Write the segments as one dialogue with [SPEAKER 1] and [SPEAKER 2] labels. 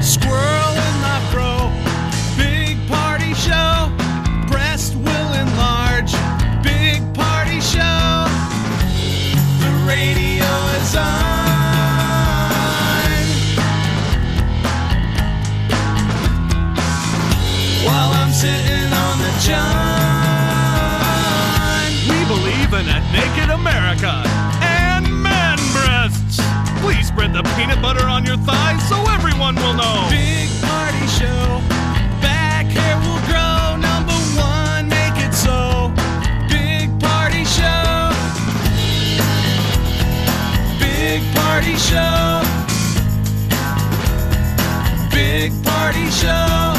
[SPEAKER 1] Squirrel in my fro. Big party show. Breast will enlarge. Big party show. The radio is on. While I'm sitting on the john.
[SPEAKER 2] We believe in a naked America and man breasts. Please spread the peanut butter on your thighs so everyone will know.
[SPEAKER 1] Big party show. Back hair will grow. Number one, make it so. Big party show. Big party show. Big party show.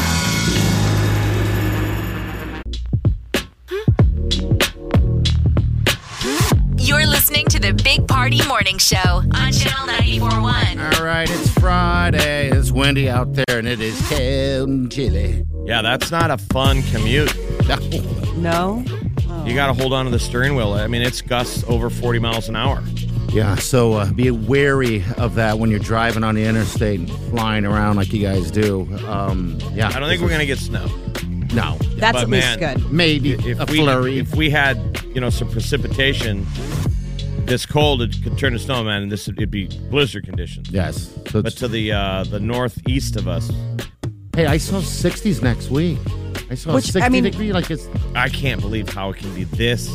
[SPEAKER 3] You're listening to the Big Party Morning Show on Channel 941.
[SPEAKER 4] All right, it's Friday. It's windy out there, and it is cold and chilly.
[SPEAKER 5] Yeah, that's not a fun commute.
[SPEAKER 6] No?
[SPEAKER 5] You got to hold on to the steering wheel. I mean, it's gusts over 40 miles an hour.
[SPEAKER 4] yeah, so uh, be wary of that when you're driving on the interstate and flying around like you guys do. Um, yeah,
[SPEAKER 5] I don't think we're going to get snow.
[SPEAKER 4] gonna. No,
[SPEAKER 7] That's
[SPEAKER 5] But
[SPEAKER 7] at least
[SPEAKER 5] man,
[SPEAKER 7] good.
[SPEAKER 4] maybe
[SPEAKER 5] If
[SPEAKER 4] a
[SPEAKER 5] we
[SPEAKER 4] flurry.
[SPEAKER 5] if we had, you know, some precipitation, this cold it could turn to snow, man, and this would it'd be blizzard conditions.
[SPEAKER 4] yes. So
[SPEAKER 5] But
[SPEAKER 4] it's,
[SPEAKER 5] to the uh, the northeast of us,
[SPEAKER 4] hey, I saw 60s next week. I saw
[SPEAKER 7] Which,
[SPEAKER 4] 60
[SPEAKER 7] I mean-
[SPEAKER 4] degree. Like it's
[SPEAKER 5] I can't believe how it can be this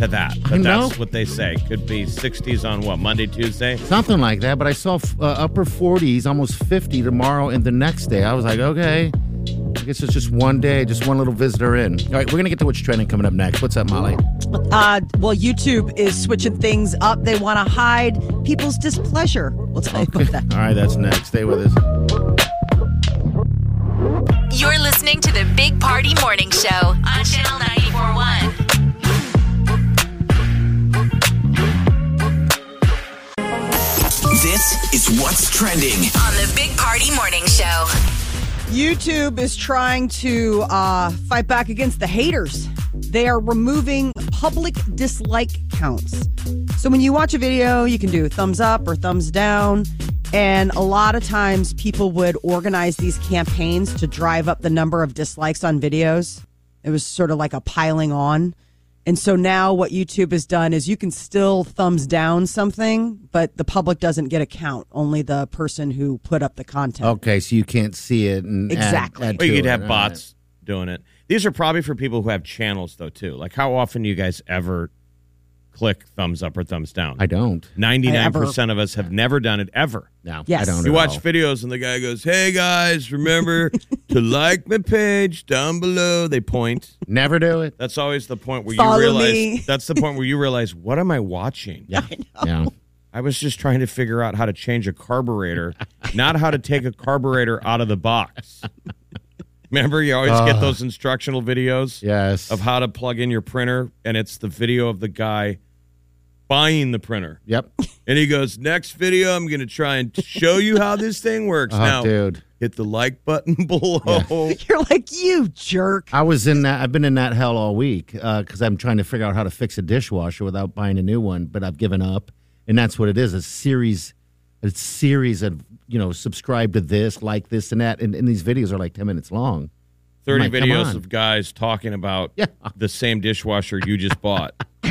[SPEAKER 5] to that. But
[SPEAKER 4] I know.
[SPEAKER 5] that's what they say. Could be 60s on what Monday, Tuesday.
[SPEAKER 4] something like that. But I saw uh, upper 40s, almost 50 tomorrow and the next day. I was like, okay. I guess it's just one day, just one little visitor in. All right, we're going to get to what's trending coming up next. What's up, Molly?
[SPEAKER 7] Uh, well, YouTube is switching things up. They want to hide people's displeasure. We'll tell you about that.
[SPEAKER 4] All right, that's next. Stay with us.
[SPEAKER 3] You're listening to the Big Party Morning Show on Channel 941.
[SPEAKER 1] This is what's trending.
[SPEAKER 3] On the Big Party Morning Show.
[SPEAKER 7] YouTube is trying to uh, fight back against the haters. They are removing public dislike counts. So when you watch a video, you can do thumbs up or thumbs down. And a lot of times people would organize these campaigns to drive up the number of dislikes on videos. It was sort of like a piling on. And so now what YouTube has done is you can still thumbs down something, but the public doesn't get a count, only the person who put up the content.
[SPEAKER 4] Okay, so you can't see it. And add-
[SPEAKER 7] Exactly.
[SPEAKER 4] add to
[SPEAKER 5] Well, you could
[SPEAKER 4] it.
[SPEAKER 5] have
[SPEAKER 4] All
[SPEAKER 5] bots doing it. These are probably for people who have channels, though, too. Like, how often do you guys ever click thumbs up or thumbs down?
[SPEAKER 4] right. I don't.
[SPEAKER 5] Ninety-nine percent of us have never done it ever.
[SPEAKER 4] No,
[SPEAKER 7] Yes.
[SPEAKER 4] I don't.
[SPEAKER 5] You
[SPEAKER 4] at
[SPEAKER 5] watch
[SPEAKER 4] all.
[SPEAKER 5] videos and the guy goes, "Hey guys, remember to like my page down below." They point.
[SPEAKER 4] Never do it.
[SPEAKER 5] That's always the point where
[SPEAKER 7] Follow
[SPEAKER 5] you realize.
[SPEAKER 7] me.
[SPEAKER 5] That's the point where you realize, what am I watching?
[SPEAKER 4] Yeah,
[SPEAKER 7] Oh.
[SPEAKER 4] yeah.
[SPEAKER 5] I was just trying to figure out how to change a carburetor, not how to take a carburetor out of the box. Remember, you always
[SPEAKER 4] Uh.
[SPEAKER 5] get those instructional videos
[SPEAKER 4] Yes.
[SPEAKER 5] of how to plug in your printer, and it's the video of the guy buying the printer.
[SPEAKER 4] Yep.
[SPEAKER 5] And he goes, Next video, I'm going to try and show you how this thing works.
[SPEAKER 4] Oh,
[SPEAKER 5] now,
[SPEAKER 4] dude.
[SPEAKER 5] hit the like button below.
[SPEAKER 7] You're like, you jerk.
[SPEAKER 4] I was in that. I've been in that hell all week because I'm trying to figure out how to fix a dishwasher without buying a new one. But I've given up, and that's what it is. A series, a series of you know, subscribe to this, like this, and that. And, and these videos are like ten minutes long.
[SPEAKER 5] 30
[SPEAKER 4] Mike, come
[SPEAKER 5] videos
[SPEAKER 4] on.
[SPEAKER 5] of guys talking about
[SPEAKER 4] Yeah.
[SPEAKER 5] the same dishwasher you just bought.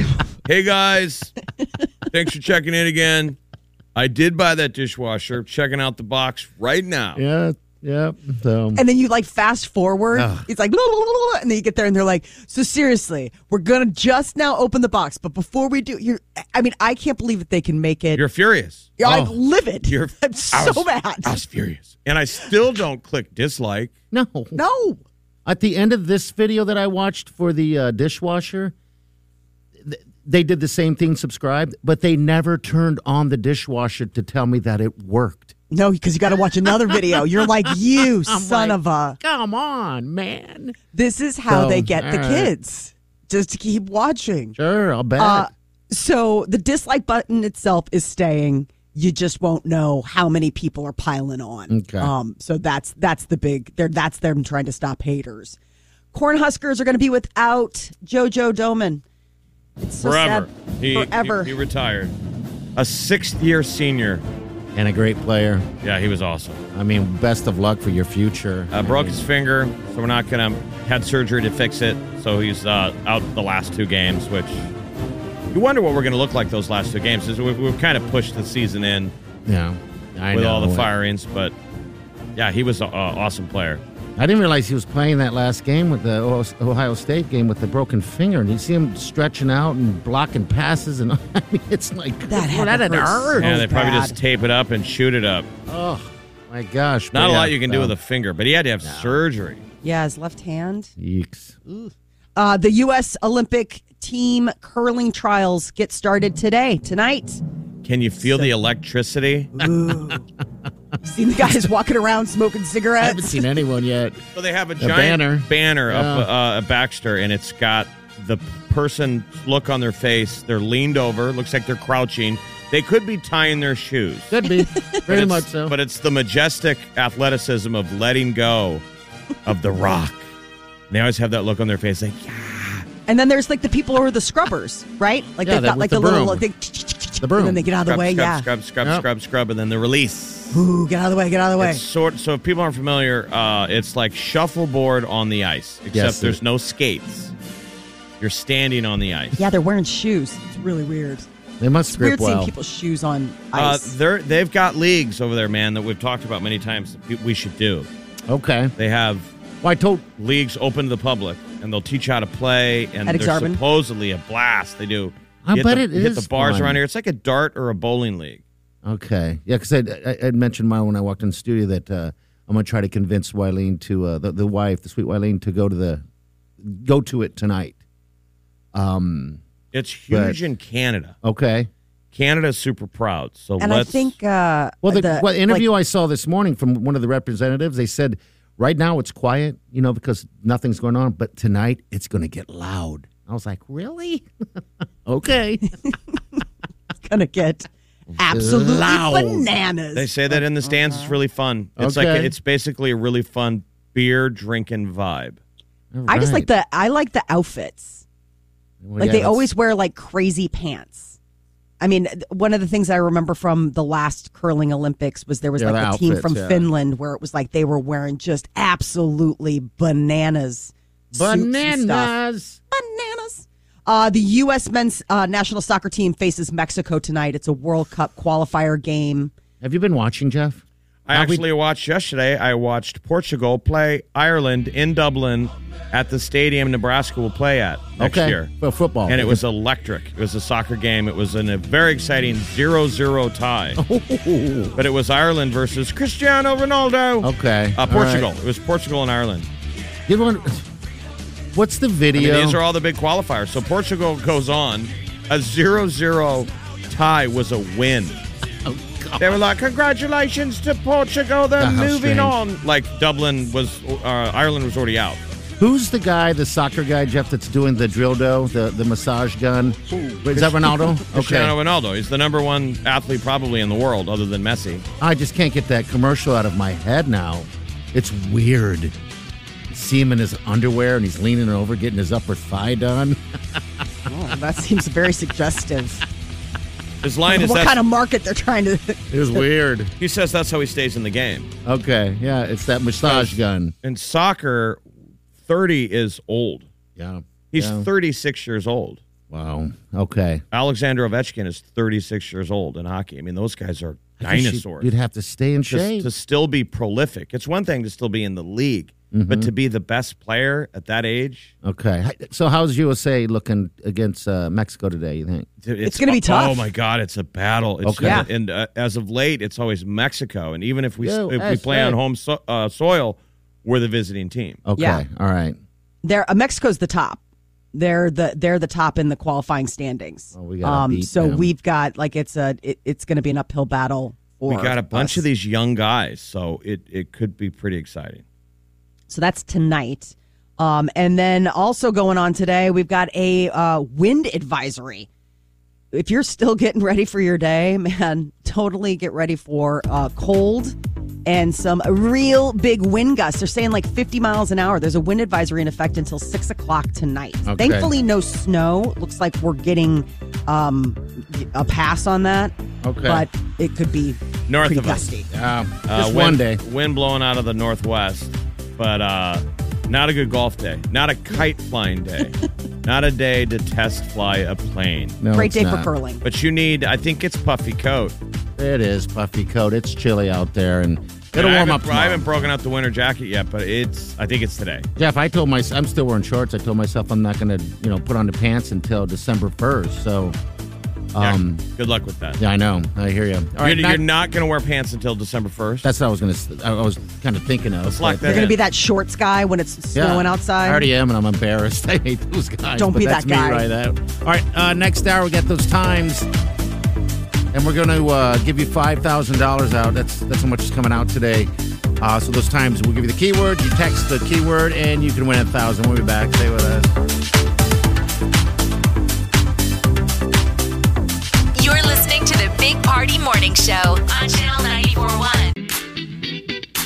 [SPEAKER 5] hey guys, thanks for checking in again. I did buy that dishwasher. Checking out the box right now.
[SPEAKER 4] Yeah. Yeah. So.
[SPEAKER 7] And then you like fast forward. It's like, blah, blah, blah, blah, and then you get there and they're like, so seriously, we're going to just now open the box. But before we do, you're, I mean, I can't believe that they can make it.
[SPEAKER 5] You're furious.
[SPEAKER 7] I'm
[SPEAKER 4] oh.
[SPEAKER 7] livid.
[SPEAKER 5] You're
[SPEAKER 7] I'm so
[SPEAKER 5] I was-
[SPEAKER 7] mad.
[SPEAKER 5] I was furious. And I still don't click dislike.
[SPEAKER 4] no.
[SPEAKER 7] no.
[SPEAKER 4] At the end of this video that I watched for the uh, dishwasher, th- they did the same thing, subscribed, but they never turned on the dishwasher to tell me that it worked.
[SPEAKER 7] No, because you got to watch another video. You're like, you son of a.
[SPEAKER 4] Come on, man.
[SPEAKER 7] This is how
[SPEAKER 4] So,
[SPEAKER 7] they get the
[SPEAKER 4] oh, all right.
[SPEAKER 7] kids just to keep watching.
[SPEAKER 4] Sure, I'll bet.
[SPEAKER 7] Uh, so the dislike button itself is staying. You just won't know how many people are piling on.
[SPEAKER 4] Okay.
[SPEAKER 7] Um, so that's that's the big. They're, that's them trying to stop haters. Cornhuskers are going to be without JoJo Doman. It's so
[SPEAKER 5] Forever.
[SPEAKER 7] sad.
[SPEAKER 5] He,
[SPEAKER 7] Forever.
[SPEAKER 5] He, he retired. A sixth year senior.
[SPEAKER 4] and a great player.
[SPEAKER 5] Yeah, he was awesome.
[SPEAKER 4] I mean, best of luck for your future.
[SPEAKER 5] Uh, broke his finger, so we're not gonna had surgery to fix it. So he's uh, out the last two games, which you wonder what we're gonna look like those last two games. Is we've, we've kind of pushed the season in
[SPEAKER 4] Yeah, I
[SPEAKER 5] with all
[SPEAKER 4] know.
[SPEAKER 5] the firings, but yeah, he was an awesome player.
[SPEAKER 4] I didn't realize he was playing that last game with the Ohio- Ohio State game with the broken finger, and you see him stretching out and blocking passes, and I mean, it's like
[SPEAKER 7] That had to hurt so
[SPEAKER 5] yeah, they probably
[SPEAKER 7] bad.
[SPEAKER 5] just tape it up and shoot it up.
[SPEAKER 4] Oh my gosh! But
[SPEAKER 5] Not a
[SPEAKER 4] yeah, um,
[SPEAKER 5] lot you can do
[SPEAKER 4] so-
[SPEAKER 5] with a finger, but he had to have surgery.
[SPEAKER 7] Yeah, his left hand.
[SPEAKER 4] Yeeks.
[SPEAKER 7] Uh, the U.S. Olympic team curling trials get started today, tonight.
[SPEAKER 5] Can you feel the electricity?
[SPEAKER 7] Seen the guys walking around smoking
[SPEAKER 4] I haven't
[SPEAKER 7] cigarettes.
[SPEAKER 4] seen anyone yet.
[SPEAKER 5] So they have a giant
[SPEAKER 4] banner.
[SPEAKER 5] banner up
[SPEAKER 4] Yeah.
[SPEAKER 5] uh, at Baxter, and it's got the person's look on their face. They're leaned over. Looks like they're crouching. They could be tying their shoes.
[SPEAKER 4] Could be very
[SPEAKER 5] It's-
[SPEAKER 4] much so.
[SPEAKER 5] But it's the majestic athleticism of letting go of the rock. And they always have that look on their face like, yeah.
[SPEAKER 7] And then there's like the people who are the scrubbers, right? Like
[SPEAKER 4] Yeah,
[SPEAKER 7] they've
[SPEAKER 4] that-
[SPEAKER 7] got
[SPEAKER 4] with
[SPEAKER 7] like the,
[SPEAKER 4] the
[SPEAKER 7] little
[SPEAKER 4] broom.
[SPEAKER 7] they,
[SPEAKER 4] The broom.
[SPEAKER 7] And then they get out of the
[SPEAKER 5] Scrub,
[SPEAKER 7] way.
[SPEAKER 5] scrub,
[SPEAKER 7] yeah.
[SPEAKER 5] scrub, scrub,
[SPEAKER 4] Yeah.
[SPEAKER 5] scrub, scrub, and then the release.
[SPEAKER 7] Ooh, get out of the way. Get out of the way.
[SPEAKER 5] It's sort so if people aren't familiar, uh, it's like shuffleboard on the ice, except
[SPEAKER 4] Yes, it-
[SPEAKER 5] there's no skates. You're standing on the ice.
[SPEAKER 7] yeah, they're wearing shoes. It's really weird.
[SPEAKER 4] they must
[SPEAKER 7] It's weird
[SPEAKER 4] script well.
[SPEAKER 7] seeing people's shoes on
[SPEAKER 5] Uh,
[SPEAKER 7] ice.
[SPEAKER 5] they're they've got leagues over there, man, that we've talked about many times. That we- we should do.
[SPEAKER 4] Okay.
[SPEAKER 5] They have
[SPEAKER 4] Well, I told
[SPEAKER 5] leagues open to the public, and they'll teach you how to play. And
[SPEAKER 7] At
[SPEAKER 5] they're
[SPEAKER 7] Exarban?
[SPEAKER 5] supposedly a blast. They do.
[SPEAKER 4] I
[SPEAKER 5] You hit
[SPEAKER 4] bet
[SPEAKER 5] the,
[SPEAKER 4] it
[SPEAKER 5] you Hit
[SPEAKER 4] is
[SPEAKER 5] the bars
[SPEAKER 4] fun.
[SPEAKER 5] around here. It's like a dart or a bowling league.
[SPEAKER 4] Okay. Yeah, because I would mentioned mine when I walked in the studio that uh, I'm going to try to convince Wileen to uh, the, the wife, the sweet Wileen, to go to the go to it tonight. Um.
[SPEAKER 5] It's huge
[SPEAKER 4] But-
[SPEAKER 5] in Canada.
[SPEAKER 4] Okay.
[SPEAKER 5] Canada's super proud. So
[SPEAKER 7] and I
[SPEAKER 5] let's.
[SPEAKER 7] think uh,
[SPEAKER 4] Well, the, well,
[SPEAKER 7] like,
[SPEAKER 4] interview I saw this morning from one of the representatives, they said right now it's quiet, you know, because nothing's going on, but tonight it's going to get loud. I was like, really? okay.
[SPEAKER 7] gonna get absolutely
[SPEAKER 4] Loud.
[SPEAKER 7] bananas.
[SPEAKER 5] they say that in the stands. It's really fun. It's like
[SPEAKER 4] Okay.
[SPEAKER 5] it's basically a really fun beer drinking vibe.
[SPEAKER 7] I just like the I like the outfits. Like they always wear like crazy pants. I mean, th- one of the things I remember from the last curling Olympics was there was
[SPEAKER 4] Yeah,
[SPEAKER 7] like a
[SPEAKER 4] the
[SPEAKER 7] team
[SPEAKER 4] outfits,
[SPEAKER 7] from
[SPEAKER 4] yeah.
[SPEAKER 7] Finland where it was like they were wearing just absolutely bananas. suits and stuff.
[SPEAKER 4] bananas.
[SPEAKER 7] Bananas. Uh, the U.S. men's uh, national soccer team faces Mexico tonight. It's a World Cup qualifier game.
[SPEAKER 4] Have you been watching, Jeff?
[SPEAKER 5] I
[SPEAKER 4] Now we-
[SPEAKER 5] actually watched yesterday. I watched Portugal play Ireland in Dublin at the stadium Nebraska will play at next
[SPEAKER 4] okay.
[SPEAKER 5] year.
[SPEAKER 4] For football.
[SPEAKER 5] And it was electric. It was a soccer game. It was in a very exciting 0 0 tie.
[SPEAKER 4] Oh.
[SPEAKER 5] But it was Ireland versus Cristiano Ronaldo.
[SPEAKER 4] Okay.
[SPEAKER 5] Uh,
[SPEAKER 4] All
[SPEAKER 5] Portugal.
[SPEAKER 4] right.
[SPEAKER 5] It was Portugal and Ireland.
[SPEAKER 4] Give one. What's the um,
[SPEAKER 5] I mean,
[SPEAKER 4] video?
[SPEAKER 5] these are all the big qualifiers. So Portugal goes on. A 0 0 tie was a win. They were like, "Congratulations to Portugal! They're
[SPEAKER 4] Ah, how
[SPEAKER 5] moving
[SPEAKER 4] strange.
[SPEAKER 5] on." Like Dublin was, uh, Ireland was already out.
[SPEAKER 4] Who's the guy, the soccer guy, Jeff, that's doing the drill dough, the, the massage gun? Is that Ronaldo?
[SPEAKER 5] Cristiano Ronaldo. He's the number one athlete probably in the world, other than Messi.
[SPEAKER 4] I just can't get that commercial out of my head now. It's weird. See him in his underwear and he's leaning over, getting his upper thigh done.
[SPEAKER 7] Oh, that seems very suggestive.
[SPEAKER 5] His line is
[SPEAKER 7] what
[SPEAKER 5] that
[SPEAKER 7] kind of market they're trying to?
[SPEAKER 4] It was weird.
[SPEAKER 5] he says that's how he stays in the game.
[SPEAKER 4] Okay, yeah, it's that massage gun.
[SPEAKER 5] In soccer, thirty is old.
[SPEAKER 4] Yeah,
[SPEAKER 5] He's
[SPEAKER 4] yeah.
[SPEAKER 5] thirty-six years old.
[SPEAKER 4] wow. Okay,
[SPEAKER 5] Alexander Ovechkin is thirty-six years old in hockey. I mean, those guys are
[SPEAKER 4] I guess you-
[SPEAKER 5] dinosaurs.
[SPEAKER 4] You'd have to stay in
[SPEAKER 5] to,
[SPEAKER 4] shape.
[SPEAKER 5] to still be prolific. It's one thing to still be in the league, but to be the best player at that age,
[SPEAKER 4] okay, so how's USA looking against uh, Mexico today? You think?
[SPEAKER 5] th-
[SPEAKER 7] It's gonna be tough.
[SPEAKER 5] Oh my God, it's a battle. It's
[SPEAKER 4] Okay.
[SPEAKER 5] gonna-
[SPEAKER 4] Yeah.
[SPEAKER 5] and uh, as of late, it's always Mexico, and even if we
[SPEAKER 4] Yo,
[SPEAKER 5] if we play
[SPEAKER 4] USA.
[SPEAKER 5] on home so- uh, soil, we're the visiting team.
[SPEAKER 4] Okay,
[SPEAKER 7] Yeah.
[SPEAKER 4] all right.
[SPEAKER 7] They're uh, Mexico's the top. They're the they're the top in the qualifying standings. Um,
[SPEAKER 4] Well, we gotta beat
[SPEAKER 7] so
[SPEAKER 4] them.
[SPEAKER 7] we've got like it's a it, it's going to be an uphill battle. For
[SPEAKER 5] We got a bunch
[SPEAKER 7] us.
[SPEAKER 5] of these young guys, so it, it could be pretty exciting.
[SPEAKER 7] So that's tonight. Um, and then also going on today, we've got a uh, wind advisory. If you're still getting ready for your day, man, totally get ready for uh, cold and some real big wind gusts. They're saying like 50 miles an hour. There's a wind advisory in effect until six o'clock tonight.
[SPEAKER 4] Okay.
[SPEAKER 7] Thankfully, no snow. Looks like we're getting um, a pass on that.
[SPEAKER 4] Okay.
[SPEAKER 7] But it could be
[SPEAKER 5] North
[SPEAKER 7] pretty
[SPEAKER 5] of us.
[SPEAKER 7] gusty.
[SPEAKER 4] Yeah.
[SPEAKER 5] Uh,
[SPEAKER 4] Just
[SPEAKER 5] wind,
[SPEAKER 4] one day.
[SPEAKER 5] Wind blowing out of the northwest, but uh, not a good golf day. Not a kite flying day. not a day to test fly a plane.
[SPEAKER 4] No,
[SPEAKER 7] Great
[SPEAKER 4] it's
[SPEAKER 7] day for
[SPEAKER 4] not.
[SPEAKER 7] curling.
[SPEAKER 5] But you need, I think it's puffy coat.
[SPEAKER 4] It is puffy coat. It's chilly out there, and
[SPEAKER 5] And
[SPEAKER 4] it'll
[SPEAKER 5] I
[SPEAKER 4] warm
[SPEAKER 5] haven't-
[SPEAKER 4] up.
[SPEAKER 5] I
[SPEAKER 4] tomorrow.
[SPEAKER 5] haven't broken out the winter jacket yet, but it's. I think it's today.
[SPEAKER 4] Jeff, I told myself I'm still wearing shorts. I told myself I'm not going to, you know, put on the pants until December first. So,
[SPEAKER 5] Yeah,
[SPEAKER 4] um,
[SPEAKER 5] good luck with that.
[SPEAKER 4] yeah, I know. I hear you. All
[SPEAKER 5] You're,
[SPEAKER 4] right,
[SPEAKER 5] you're
[SPEAKER 4] not-
[SPEAKER 5] not, going to wear pants until December first.
[SPEAKER 4] that's what I was going to. I I was kind of thinking of.
[SPEAKER 5] Let's lock
[SPEAKER 4] but-
[SPEAKER 5] that
[SPEAKER 7] You're going
[SPEAKER 5] in.
[SPEAKER 7] to be that shorts guy when it's
[SPEAKER 4] Yeah.
[SPEAKER 7] snowing outside.
[SPEAKER 4] I already am, and I'm embarrassed. I hate those guys.
[SPEAKER 7] Don't
[SPEAKER 4] but
[SPEAKER 7] be
[SPEAKER 4] that's
[SPEAKER 7] that guy.
[SPEAKER 4] Me right out. All right, uh, next hour we get those times, and we're going to uh, give you five thousand dollars out. That's that's how much is coming out today. Uh, so those times, we'll give you the keyword. You text the keyword, and you can win a thousand. We'll be back. Stay with us.
[SPEAKER 3] You're listening to the Big Party Morning Show on Channel 941.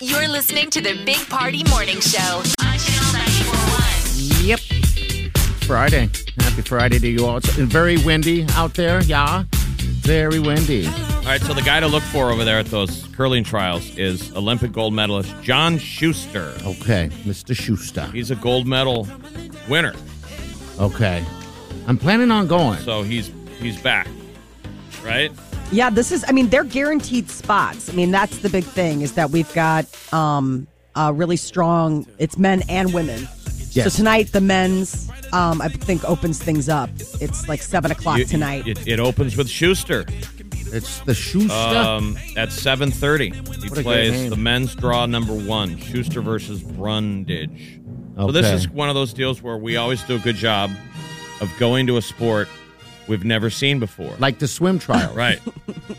[SPEAKER 3] You're listening to the Big Party Morning Show on Channel 941.
[SPEAKER 4] Yep. Friday. Happy Friday to you all. It's very windy out there. Yeah. Very windy.
[SPEAKER 5] All right, so the guy to look for over there at those curling trials is Olympic gold medalist John Schuster.
[SPEAKER 4] Okay, Mr. Schuster.
[SPEAKER 5] He's a gold medal winner,
[SPEAKER 4] Okay. I'm planning on going.
[SPEAKER 5] so he's he's back, right?
[SPEAKER 7] Yeah, this is. I mean, they're guaranteed spots. I mean, that's the big thing is that we've got um, a really strong. It's men and women.
[SPEAKER 4] Yes.
[SPEAKER 7] So tonight, the men's, um, I think, opens things up. It's like seven o'clock
[SPEAKER 5] You-
[SPEAKER 7] tonight.
[SPEAKER 5] It, it opens with Schuster
[SPEAKER 4] It's the Schuster.
[SPEAKER 5] um, at 7.30. He
[SPEAKER 4] What a great
[SPEAKER 5] plays
[SPEAKER 4] name.
[SPEAKER 5] the men's draw number one, Schuster versus Brundage. So this
[SPEAKER 4] Okay.
[SPEAKER 5] is one of those deals where we always do a good job of going to a sport we've never seen before.
[SPEAKER 4] like the swim trial.
[SPEAKER 5] right.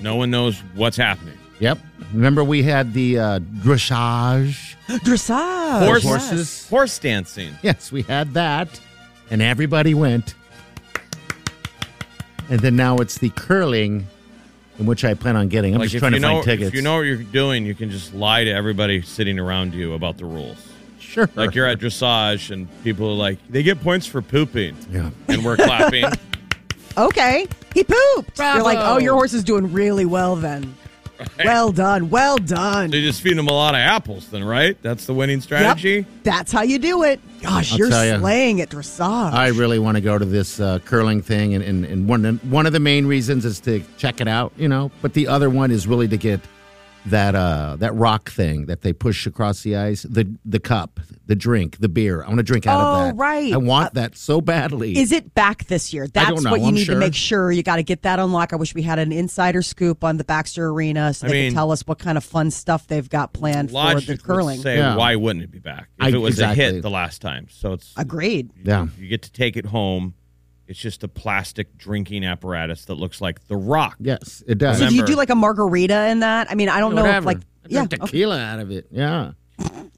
[SPEAKER 5] no one knows what's happening.
[SPEAKER 4] Yep. Remember we had the uh, dressage?
[SPEAKER 7] Dressage.
[SPEAKER 5] Horse,
[SPEAKER 4] horses.
[SPEAKER 5] horse dancing.
[SPEAKER 4] Yes, we had that. And everybody went. And then now it's the curling, in which I plan on getting. I'm
[SPEAKER 5] Like
[SPEAKER 4] just
[SPEAKER 5] if
[SPEAKER 4] trying
[SPEAKER 5] you
[SPEAKER 4] to
[SPEAKER 5] know,
[SPEAKER 4] find tickets.
[SPEAKER 5] If you know what you're doing, you can just lie to everybody sitting around you about the rules.
[SPEAKER 4] sure.
[SPEAKER 5] Like you're at dressage and people are like, they get points for pooping.
[SPEAKER 4] Yeah.
[SPEAKER 5] And we're clapping.
[SPEAKER 7] Okay. He pooped.
[SPEAKER 4] Bravo.
[SPEAKER 7] You're like, oh, your horse is doing really well then. Well done. Well done.
[SPEAKER 5] They just feed them a lot of apples, then, right? That's the winning strategy.
[SPEAKER 7] Yep. That's how you do it. Gosh,
[SPEAKER 4] I'll
[SPEAKER 7] you're
[SPEAKER 4] tell ya.
[SPEAKER 7] slaying at dressage.
[SPEAKER 4] I really want to go to this uh, curling thing, and, and, and one one of the main reasons is to check it out, you know. But the other one is really to get that uh, that rock thing that they push across the ice, the the cup, the drink, the beer. I want to drink out
[SPEAKER 7] Oh,
[SPEAKER 4] of that.
[SPEAKER 7] right.
[SPEAKER 4] I want that so badly.
[SPEAKER 7] Is it back this year? That's
[SPEAKER 4] don't know.
[SPEAKER 7] what you
[SPEAKER 4] I'm
[SPEAKER 7] need
[SPEAKER 4] sure.
[SPEAKER 7] to make sure. You got to get that unlocked. I wish we had an insider scoop on the Baxter Arena so
[SPEAKER 5] I
[SPEAKER 7] they
[SPEAKER 5] mean-
[SPEAKER 7] can tell us what kind of fun stuff they've got planned for
[SPEAKER 5] Logic
[SPEAKER 7] the
[SPEAKER 5] would
[SPEAKER 7] curling.
[SPEAKER 5] say,
[SPEAKER 4] Yeah.
[SPEAKER 5] why wouldn't it be back? If
[SPEAKER 4] I-
[SPEAKER 5] it was a
[SPEAKER 4] exactly.
[SPEAKER 5] hit the last time. So it's
[SPEAKER 7] Agreed.
[SPEAKER 4] yeah,
[SPEAKER 5] you get to take it home. It's just a plastic drinking apparatus that looks like the rock.
[SPEAKER 4] yes, it does.
[SPEAKER 7] So do you
[SPEAKER 5] Remember-
[SPEAKER 7] do like a margarita in that? I mean, I don't know if
[SPEAKER 4] Whatever.
[SPEAKER 7] like
[SPEAKER 4] I
[SPEAKER 7] yeah,
[SPEAKER 4] drink tequila out of it. Yeah,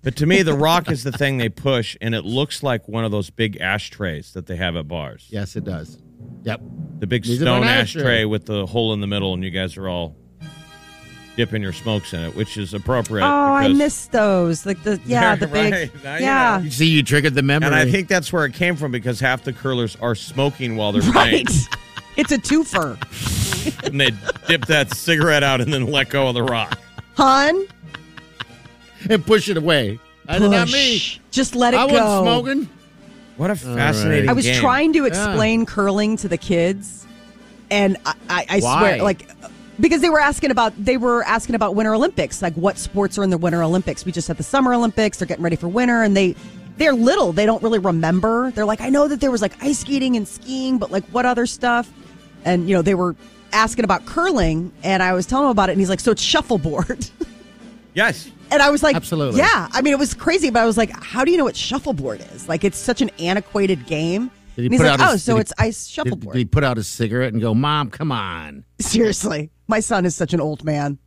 [SPEAKER 5] But to me, the rock is the thing they push, and it looks like one of those big ashtrays that they have at bars.
[SPEAKER 4] yes, it does. Yep.
[SPEAKER 5] The big
[SPEAKER 4] These are
[SPEAKER 5] stone
[SPEAKER 4] an
[SPEAKER 5] ashtray.
[SPEAKER 4] ashtray.
[SPEAKER 5] with the hole in the middle, and you guys are all dipping your smokes in it, which is appropriate.
[SPEAKER 7] Oh, I
[SPEAKER 5] because-
[SPEAKER 7] miss those. Like the yeah, the big
[SPEAKER 5] Right. Now you
[SPEAKER 7] yeah.
[SPEAKER 4] You see, you triggered the memory.
[SPEAKER 5] And I think that's where it came from because half the curlers are smoking while they're playing.
[SPEAKER 7] Right. it's a twofer.
[SPEAKER 5] and they dip that cigarette out and then let go of the rock.
[SPEAKER 7] Hun,
[SPEAKER 4] and push it away. I did not me.
[SPEAKER 7] push. Just let it
[SPEAKER 4] I wasn't
[SPEAKER 7] go.
[SPEAKER 4] smoking.
[SPEAKER 5] What a fascinating
[SPEAKER 7] I was
[SPEAKER 5] game.
[SPEAKER 7] trying to explain curling to the kids, and I, I, I
[SPEAKER 4] Why?
[SPEAKER 7] swear, like, because they were asking about they were asking about Winter Olympics, like what sports are in the Winter Olympics. We just had the Summer Olympics; they're getting ready for winter, and they they're little; they don't really remember. They're like, I know that there was like ice skating and skiing, but like what other stuff? And you know, they were asking about curling, and I was telling him about it, and he's like, so it's shuffleboard.
[SPEAKER 5] Yes.
[SPEAKER 7] And I was like,
[SPEAKER 4] Absolutely.
[SPEAKER 7] Yeah. I mean, it was crazy, but I was like, how do you know what shuffleboard is? Like, it's such an antiquated game.
[SPEAKER 4] Did he
[SPEAKER 7] And he's
[SPEAKER 4] put
[SPEAKER 7] like,
[SPEAKER 4] out
[SPEAKER 7] oh,
[SPEAKER 4] his-
[SPEAKER 7] so
[SPEAKER 4] did he-
[SPEAKER 7] it's ice
[SPEAKER 4] Did, did
[SPEAKER 7] shuffleboard.
[SPEAKER 4] he put out his cigarette and go, Mom, come on?
[SPEAKER 7] Seriously. My son is such an old man.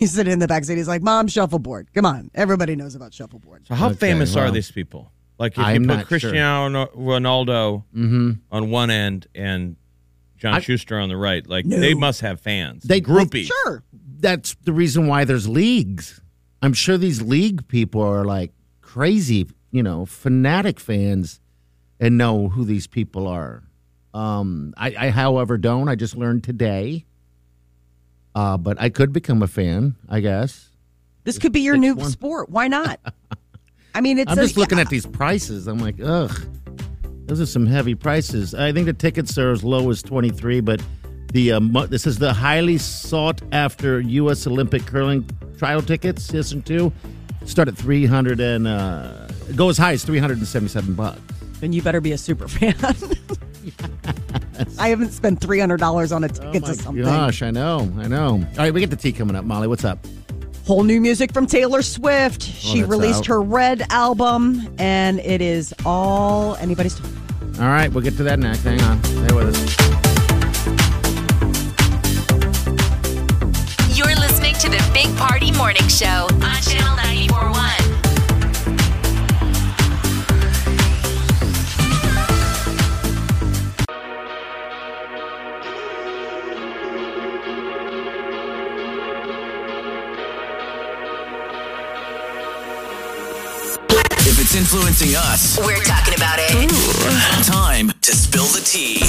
[SPEAKER 7] He's sitting in the back seat. He's like, Mom, shuffleboard. Come on. Everybody knows about shuffleboard.
[SPEAKER 5] So how
[SPEAKER 4] Okay,
[SPEAKER 5] famous are
[SPEAKER 4] well.
[SPEAKER 5] these people? Like if
[SPEAKER 4] I'm
[SPEAKER 5] you
[SPEAKER 4] not
[SPEAKER 5] put
[SPEAKER 4] sure. Mm-hmm.
[SPEAKER 5] Cristiano Ronaldo on one end and John
[SPEAKER 4] I-
[SPEAKER 5] Schuster on the right, like they must have fans.
[SPEAKER 4] They-
[SPEAKER 5] groupies.
[SPEAKER 7] Sure.
[SPEAKER 4] That's the reason why there's leagues. I'm sure these league people are like crazy, you know, fanatic fans and know who these people are. Um, I, I, however, don't. I just learned today. Uh, but I could become a fan, I guess.
[SPEAKER 7] This could be your
[SPEAKER 4] Pick
[SPEAKER 7] new
[SPEAKER 4] one.
[SPEAKER 7] sport. Why not? I mean, it's
[SPEAKER 4] I'm
[SPEAKER 7] a-
[SPEAKER 4] just looking at these prices. I'm like, ugh, those are some heavy prices. I think the tickets are as low as 23, but the uh, mo- this is the highly sought after U.S. Olympic curling trial tickets, season two, start at 300 and uh, go as high as 377 bucks.
[SPEAKER 7] And you better be a super fan. I haven't spent three hundred dollars on a ticket to something.
[SPEAKER 4] Oh Gosh, I know, I know. All right, we get the tea coming up, Molly. What's up?
[SPEAKER 7] Whole new music from Taylor Swift. she
[SPEAKER 4] that's
[SPEAKER 7] released
[SPEAKER 4] out.
[SPEAKER 7] her Red album, and it is all anybody's. T-
[SPEAKER 4] All right, we'll get to that next. Hang on, stay with us.
[SPEAKER 3] You're listening to the Big Party Morning Show on Channel 941.
[SPEAKER 8] If it's influencing us,
[SPEAKER 3] We're talking about it.
[SPEAKER 8] time to spill the tea.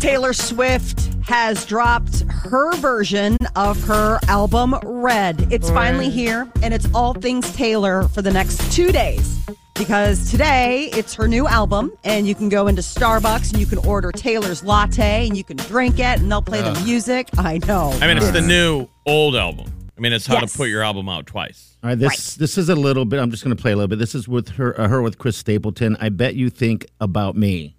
[SPEAKER 7] Taylor Swift has dropped her version of her album Red. It's finally here, and it's all things Taylor for the next two days. Because today it's her new album, and you can go into Starbucks and you can order Taylor's latte and you can drink it, and they'll play the music. I know.
[SPEAKER 5] I mean, it's the new old album. I mean, it's how
[SPEAKER 7] Yes.
[SPEAKER 5] to put your album out twice.
[SPEAKER 4] All right, this this is a little bit. I'm just going to play a little bit. This is with her uh, her with Chris Stapleton. I bet you think about me.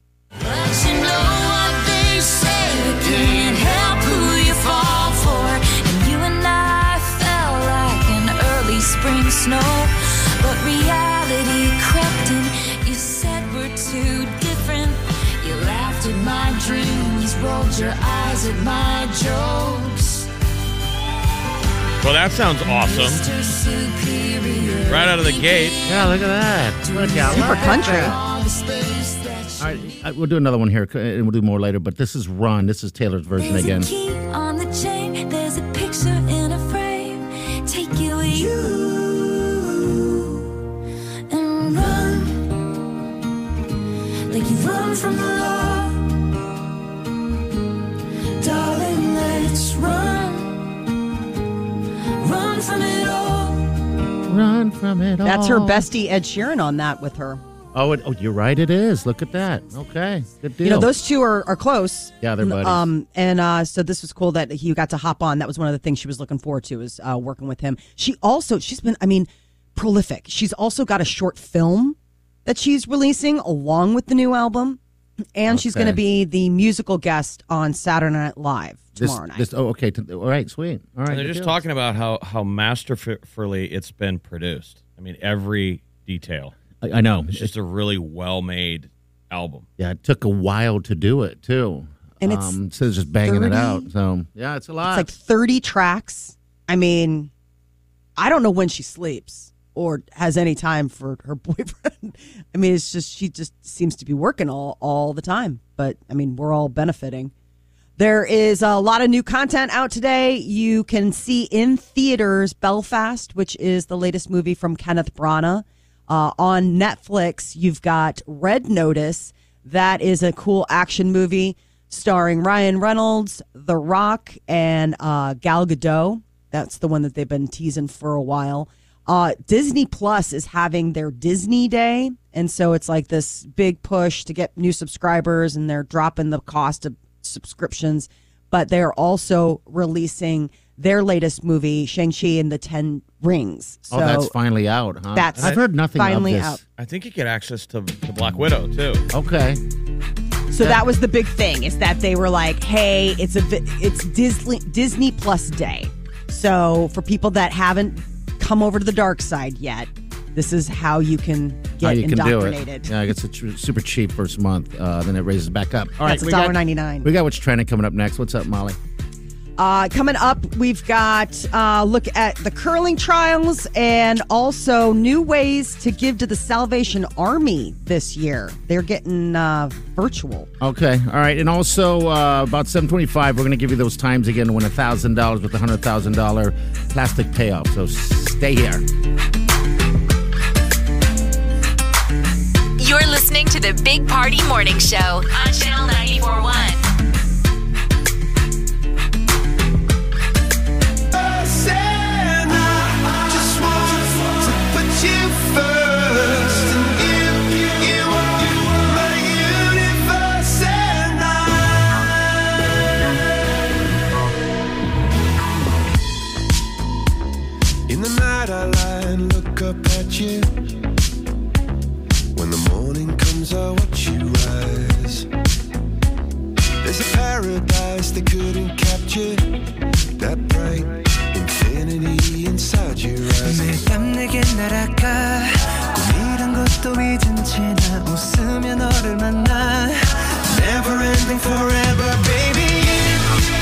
[SPEAKER 5] Well, that sounds awesome. Right out of the gate.
[SPEAKER 4] Yeah, look at that.
[SPEAKER 7] Super country.
[SPEAKER 4] All right, I- we'll do another one here, and we'll do more later. But this is Run. This is Taylor's version again.
[SPEAKER 9] On the chain, there's a picture in a frame. Take it with you and run like you run from the law, darling. Let's run, run from it all.
[SPEAKER 4] Run from it all.
[SPEAKER 7] That's her bestie Ed Sheeran on that with her.
[SPEAKER 4] Oh, it, oh, you're right. It is. Look at that. Okay, good deal.
[SPEAKER 7] You know, those two are, are close.
[SPEAKER 4] Yeah, they're buddies.
[SPEAKER 7] Um, and uh, so this was cool that he got to hop on. That was one of the things she was looking forward to is uh, working with him. She also she's been I mean prolific. She's also got a short film that she's releasing along with the new album, and she's
[SPEAKER 4] Okay.
[SPEAKER 7] going to be the musical guest on Saturday Night Live
[SPEAKER 4] this,
[SPEAKER 7] tomorrow night.
[SPEAKER 4] this- oh, okay. t- all right, sweet. All right.
[SPEAKER 5] And they're
[SPEAKER 4] good
[SPEAKER 5] just
[SPEAKER 4] deal.
[SPEAKER 5] talking about how how masterfully it's been produced. I mean, every detail.
[SPEAKER 4] I, I know.
[SPEAKER 5] It's just a really well made album.
[SPEAKER 4] yeah, it took a while to do it too.
[SPEAKER 7] And it's
[SPEAKER 4] um, so just banging it
[SPEAKER 7] 30.
[SPEAKER 4] out. So yeah, it's a lot.
[SPEAKER 7] It's like 30 tracks. I mean, I don't know when she sleeps or has any time for her boyfriend. I mean, it's just she just seems to be working all all the time. But I mean, we're all benefiting. There is a lot of new content out today. You can see in theaters Belfast, which is the latest movie from Kenneth Branagh. Uh, on Netflix, you've got Red Notice. That is a cool action movie starring Ryan Reynolds, The Rock, and uh, Gal Gadot. That's the one that they've been teasing for a while. Uh, Disney Plus is having their Disney Day, and so it's like this big push to get new subscribers, and they're dropping the cost of subscriptions. But they are also releasing their latest movie, Shang Chi and the Ten Rings. So
[SPEAKER 4] oh, that's finally out. Huh?
[SPEAKER 7] that's
[SPEAKER 4] I've heard nothing
[SPEAKER 7] finally
[SPEAKER 4] of this.
[SPEAKER 7] out.
[SPEAKER 5] I think you get access to, to Black Widow too.
[SPEAKER 4] Okay.
[SPEAKER 7] So that was the big thing is that they were like, "Hey, it's a vi- it's Disney Disney Plus Day." So for people that haven't come over to the dark side yet. This is how you can get
[SPEAKER 4] How you can do
[SPEAKER 7] indoctrinated.
[SPEAKER 4] it. Yeah, it's a tr- super cheap first month. Uh, then it raises back up. All right,
[SPEAKER 7] That's
[SPEAKER 4] we got-
[SPEAKER 7] $1.99.
[SPEAKER 4] We got what's trending coming up next. What's up, Molly?
[SPEAKER 7] Uh, coming up, we've got uh, look at the curling trials and also new ways to give to the Salvation Army this year. They're getting uh, virtual.
[SPEAKER 4] Okay. All right. And also uh, about 725, we're going to give you those times again to win $1,000 with a $100,000 plastic payoff. So stay here.
[SPEAKER 3] You're listening to the Big Party Morning Show on Channel 941.
[SPEAKER 1] In the night I lie and look up at you. When the morning comes, I watch you rise. There's a paradise they couldn't capture. That bright infinity inside your eyes.
[SPEAKER 10] 매밤 내게 날아가 꿈이란 것도 잊은 채나 웃으며 너를 만나 Never ending forever baby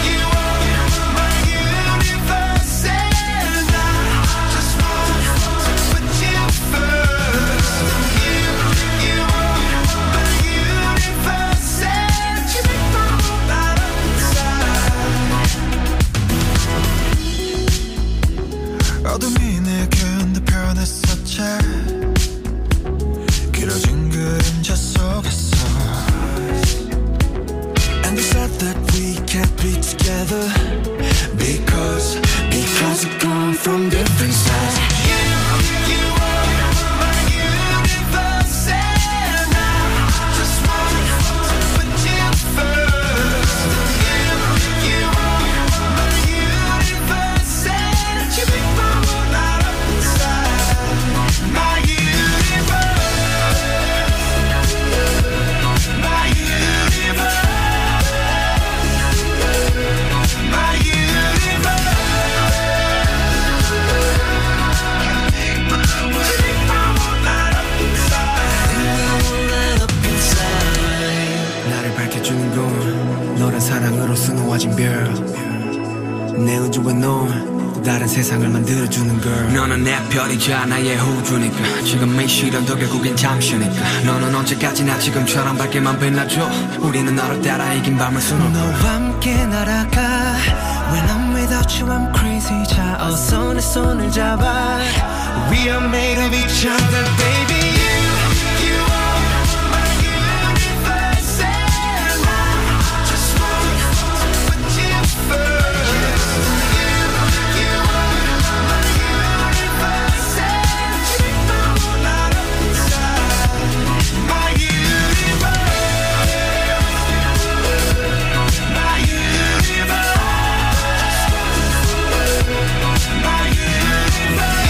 [SPEAKER 10] You are my universe and I just want to put you first You, you are my universe and you make my whole life inside
[SPEAKER 1] 어둠이 내 견도 변했었지 길어진 그림자 속에서
[SPEAKER 10] And we said that we can't be together because because we come from different sides. You, you are my universe, and I just want to put you first. You, you are my universe, and you make my world light up inside. My universe, my universe. My universe. Take my whole light up inside.
[SPEAKER 11] 나를 밝혀주는 건 너란 사랑으로 수놓아진 별내 우주와 넌또 다른 세상을 만들어주는 걸
[SPEAKER 10] 너는 내 별이자 나의 호주니까 지금 이 시련도 결국엔 잠시니까 너는 언제까지나 지금처럼 밝게만 빛나줘 우리는 너를 따라 이긴 밤을 수놓고
[SPEAKER 11] 너와 함께 날아가 When I'm without you I'm crazy 자 어서 내 손을 잡아
[SPEAKER 10] We are made of each other, baby. You, you are my universe, and I just want to put you first. You, you are my universe, and you make my whole light up inside. My universe, my universe, my universe.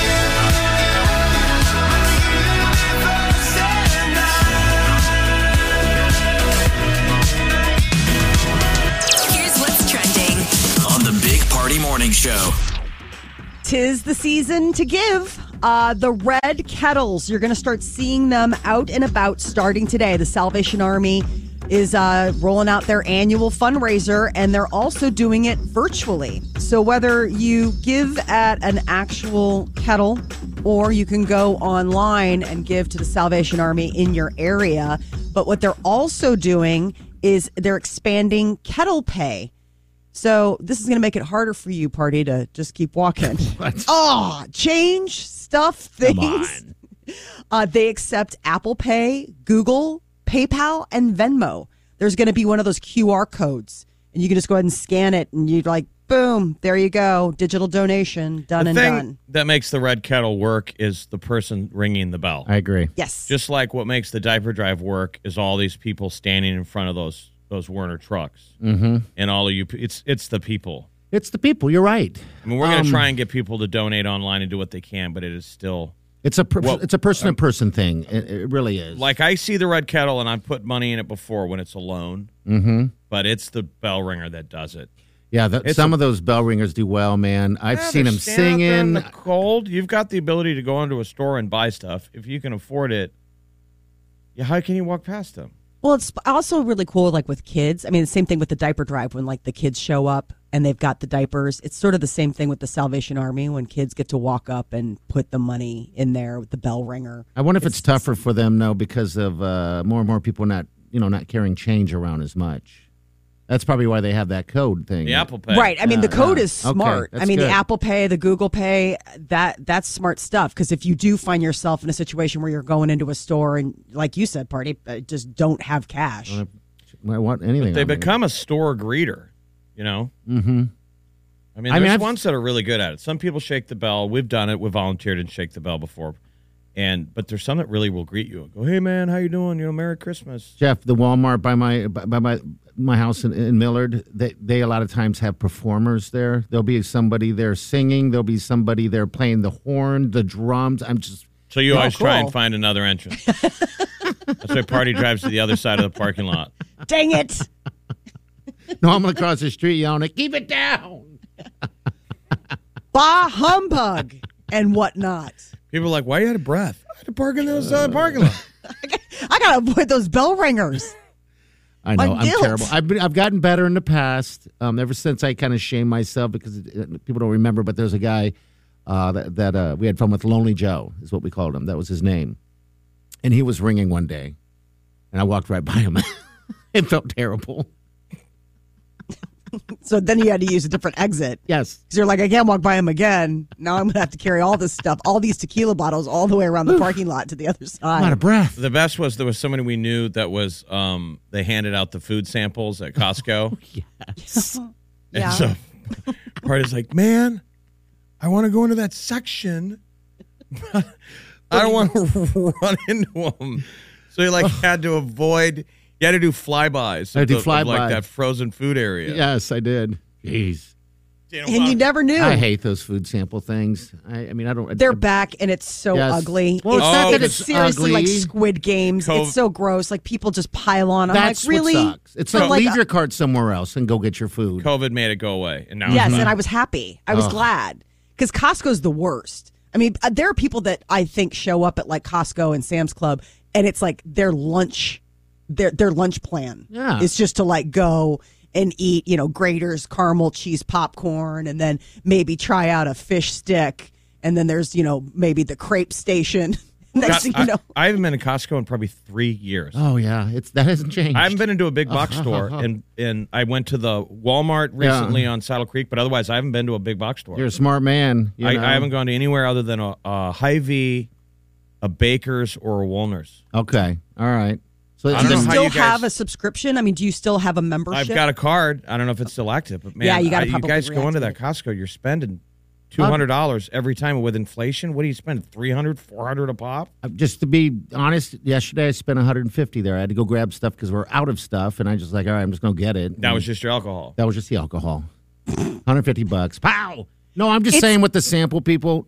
[SPEAKER 3] Here's what's trending.
[SPEAKER 8] on the Big Party Morning Show.
[SPEAKER 7] Tis the season to give. Uh, the red kettles, you're going to start seeing them out and about starting today. The Salvation Army is uh, rolling out their annual fundraiser and they're also doing it virtually. So, whether you give at an actual kettle or you can go online and give to the Salvation Army in your area, but what they're also doing is they're expanding kettle pay. So this is going to make it harder for you, party, to just keep walking. Ah, change stuff, things. Uh, they accept Apple Pay, Google, PayPal, and Venmo. There's going to be one of those QR codes, and you can just go ahead and scan it, and you're like, boom, there you go, digital donation, done
[SPEAKER 5] the
[SPEAKER 7] and
[SPEAKER 5] thing
[SPEAKER 7] done.
[SPEAKER 5] that makes the red kettle work is the person ringing the bell.
[SPEAKER 4] I agree.
[SPEAKER 7] Yes.
[SPEAKER 5] Just like what makes the diaper drive work is all these people standing in front of those those Werner trucks
[SPEAKER 4] Mm-hmm.
[SPEAKER 5] and all of you. It's it's the people.
[SPEAKER 4] It's the people. You're right.
[SPEAKER 5] I mean, we're going to
[SPEAKER 4] Um,
[SPEAKER 5] try and get people to donate online and do what they can, but it is still
[SPEAKER 4] It's a per-
[SPEAKER 5] Well, uh,
[SPEAKER 4] it's a person to person thing. It, it really is.
[SPEAKER 5] like I see the red kettle and I've put money in it before when it's alone,
[SPEAKER 4] Mm-hmm.
[SPEAKER 5] but it's the bell ringer that does it.
[SPEAKER 4] Yeah, th-
[SPEAKER 5] It's
[SPEAKER 4] some
[SPEAKER 5] a-
[SPEAKER 4] of those bell ringers do well, man. I've
[SPEAKER 5] Yeah,
[SPEAKER 4] seen
[SPEAKER 5] they're
[SPEAKER 4] them
[SPEAKER 5] standing out there in
[SPEAKER 4] singing.
[SPEAKER 5] the cold. You've got the ability to go into a store and buy stuff if you can afford it. Yeah, how can you walk past them?
[SPEAKER 7] Well, it's also really cool, like with kids. I mean, the same thing with the diaper drive when like the kids show up and they've got the diapers. It's sort of the same thing with the Salvation Army when kids get to walk up and put the money in there with the bell ringer.
[SPEAKER 4] I wonder if it's, tougher for them though because of uh, more and more people not you know not carrying change around as much. That's probably why they have that code thing.
[SPEAKER 5] The Apple Pay.
[SPEAKER 7] Right. I mean, the
[SPEAKER 4] Yeah,
[SPEAKER 7] code
[SPEAKER 4] yeah.
[SPEAKER 7] is
[SPEAKER 4] Ah. Okay,
[SPEAKER 7] smart. I
[SPEAKER 4] that's
[SPEAKER 7] mean, the
[SPEAKER 4] good.
[SPEAKER 7] Apple Pay, the Google Pay, that that's smart stuff. Because if you do find yourself in a situation where you're going into a store and, like you said, party, uh, just don't have cash.
[SPEAKER 4] I want anything.
[SPEAKER 5] They
[SPEAKER 4] on there.
[SPEAKER 5] become a store greeter, you know?
[SPEAKER 4] Mm-hmm.
[SPEAKER 5] I mean,
[SPEAKER 4] I mean,
[SPEAKER 5] there's
[SPEAKER 4] I've-
[SPEAKER 5] ones that are really good at it. Some people shake the bell. We've done it. We volunteered and shake the bell before. And but there's some that really will greet you and go, "Hey man, how you doing? You know, Merry Christmas."
[SPEAKER 4] Jeff, the Walmart by my by by my my house in, in Millard, they they a lot of times have performers there. There'll be somebody there singing. There'll be somebody there playing the horn, the drums. I'm just
[SPEAKER 5] So you
[SPEAKER 4] Oh,
[SPEAKER 5] always try and
[SPEAKER 4] cool.
[SPEAKER 5] find another entrance. That's why party drives to the other side of the parking lot.
[SPEAKER 7] Dang it!
[SPEAKER 4] no, I'm gonna cross the street yelling, at, "Keep it down!"
[SPEAKER 7] Bah humbug and whatnot.
[SPEAKER 5] People are like, "Why you out of breath?" I had to park in this uh, parking lot.
[SPEAKER 7] I gotta avoid those bell ringers.
[SPEAKER 4] I know
[SPEAKER 7] My
[SPEAKER 4] I'm
[SPEAKER 7] guilt.
[SPEAKER 4] terrible. I've been, I've gotten better in the past. Um, ever since I kind of shame myself because it, people don't remember. But there's a guy uh, that that uh, we had fun with, Lonely Joe is what we called him. That was his name, and he was ringing one day, and I walked right by him. it felt terrible.
[SPEAKER 7] So then you had to use a different exit.
[SPEAKER 4] Yes.
[SPEAKER 7] Because you're like, I can't walk by him again. Now I'm gonna have to carry all this stuff, all these tequila bottles, all the way around the parking lot to the other side.
[SPEAKER 4] breath.
[SPEAKER 5] The best was there was somebody we knew that was um they handed out the food samples at Costco.
[SPEAKER 7] yes.
[SPEAKER 5] And so party's like, man, I want to go into that section. I don't want to run into them. So you like had to avoid. You had to do flybys.
[SPEAKER 4] I had to
[SPEAKER 5] of the- of,
[SPEAKER 4] flyby.
[SPEAKER 5] like that frozen food area.
[SPEAKER 4] Yes, I did. Jeez,
[SPEAKER 7] And you never knew.
[SPEAKER 4] I hate those food sample things. I, I mean, I don't.
[SPEAKER 7] They're back and it's so
[SPEAKER 4] Yes.
[SPEAKER 7] ugly.
[SPEAKER 4] Well,
[SPEAKER 7] it's
[SPEAKER 4] it's not that it's
[SPEAKER 7] seriously like
[SPEAKER 4] ugly.
[SPEAKER 7] squid games.
[SPEAKER 4] Cove-
[SPEAKER 7] It's so gross. Like people just pile on. I'm
[SPEAKER 4] That's
[SPEAKER 7] like, really?
[SPEAKER 4] what sucks. It's
[SPEAKER 7] But
[SPEAKER 4] like,
[SPEAKER 7] like,
[SPEAKER 4] leave your cart somewhere else and go get your food.
[SPEAKER 5] COVID made it go away, and now it's
[SPEAKER 7] yes,
[SPEAKER 5] back.
[SPEAKER 7] and I was happy. I was
[SPEAKER 4] Ugh.
[SPEAKER 7] glad because Costco's the worst. I mean, uh, there are people that I think show up at like Costco and Sam's Club, and it's like their lunch, their their lunch plan
[SPEAKER 4] Yeah.
[SPEAKER 7] is just to like go and eat, you know, graters, caramel cheese popcorn, and then maybe try out a fish stick, and then there's you know maybe the crepe station. Next thing
[SPEAKER 5] I,
[SPEAKER 7] you know,
[SPEAKER 5] I haven't been to Costco in probably three years.
[SPEAKER 4] Oh yeah, it's that hasn't changed.
[SPEAKER 5] I haven't been into a big box store, and and I went to the Walmart recently on Saddle Creek, but otherwise I haven't been to a big box store.
[SPEAKER 4] You're a smart man. you
[SPEAKER 5] I,
[SPEAKER 4] know.
[SPEAKER 5] I haven't gone to anywhere other than a, a Hy-Vee, a Baker's, or a Woolner's.
[SPEAKER 4] Okay. All right. So
[SPEAKER 5] I
[SPEAKER 7] do you
[SPEAKER 5] don't know how
[SPEAKER 7] still
[SPEAKER 5] you guys-
[SPEAKER 7] have a subscription? I mean, do you still have a membership?
[SPEAKER 5] I've got a card. I don't know if it's still active, but man,
[SPEAKER 7] Yeah, you gotta
[SPEAKER 5] I- you
[SPEAKER 7] probably
[SPEAKER 5] guys go into
[SPEAKER 7] reactivate
[SPEAKER 5] that
[SPEAKER 7] it.
[SPEAKER 5] Costco, you're spending two hundred dollars every time with inflation. What do you spend? 300 400 a pop?
[SPEAKER 4] Uh, Just to be honest, yesterday I spent 150 there. I had to go grab stuff because we're out of stuff, and I just like, all right, I'm just gonna get it.
[SPEAKER 5] That was just your alcohol.
[SPEAKER 4] that was just the alcohol. 150 bucks. Pow. No, I'm just saying with the sample people,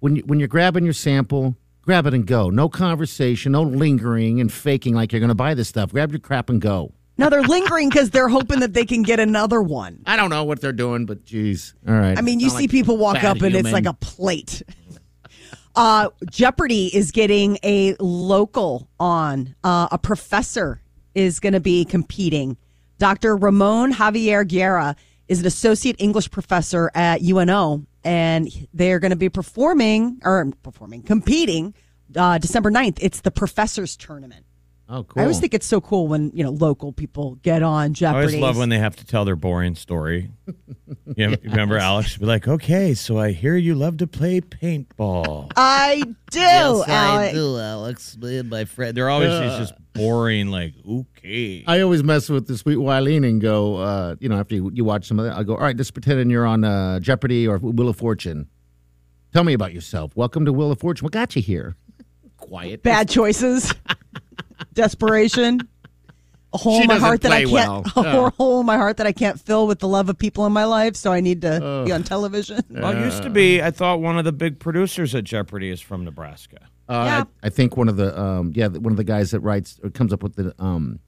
[SPEAKER 4] when you, when you're grabbing your sample, grab it and go. No conversation, no lingering and faking like you're gonna buy this stuff. Grab your crap and go.
[SPEAKER 7] no, they're lingering because they're hoping that they can get another one.
[SPEAKER 4] I don't know what they're doing, but geez. All right.
[SPEAKER 7] I mean, you
[SPEAKER 4] Not
[SPEAKER 7] see
[SPEAKER 4] like
[SPEAKER 7] people walk
[SPEAKER 4] bad
[SPEAKER 7] up and it's
[SPEAKER 4] human.
[SPEAKER 7] like a plate. Uh, Jeopardy is getting a local on. Uh, a professor is going to be competing. Dr. Ramon Javier Guerra is an associate English professor at UNO, and they're going to be performing or performing, competing uh, December 9th. It's the professor's tournament.
[SPEAKER 4] Oh, cool.
[SPEAKER 7] I always think it's so cool when, you know, local people get on
[SPEAKER 5] I
[SPEAKER 7] Jeopardy.
[SPEAKER 5] always love when they have to tell their boring story. You know, remember Alex? Be like, okay, so I hear you love to play paintball.
[SPEAKER 7] I do, Uh, Alex.
[SPEAKER 5] do, Alex. Me and my friend. They're always
[SPEAKER 4] Yeah.
[SPEAKER 5] just boring, like, okay.
[SPEAKER 4] I always mess with the sweet Wileen and go, uh, you know, after you, you watch some of that, I go, all right, just pretending you're on uh, Jeopardy or Wheel of Fortune. Tell me about yourself. Welcome to Wheel of Fortune. What got you here? Quiet.
[SPEAKER 7] bad choices, desperation, a hole
[SPEAKER 4] She
[SPEAKER 7] in my
[SPEAKER 4] doesn't
[SPEAKER 7] heart that I
[SPEAKER 4] play
[SPEAKER 7] can't,
[SPEAKER 4] well. Yeah.
[SPEAKER 7] a hole in my heart that I can't fill with the love of people in my life. So I need to be on television.
[SPEAKER 5] Well, it used to be, I thought one of the big producers at Jeopardy is from Nebraska.
[SPEAKER 4] Uh, I, I think one of the um, yeah, one of the guys that writes or comes up with the um,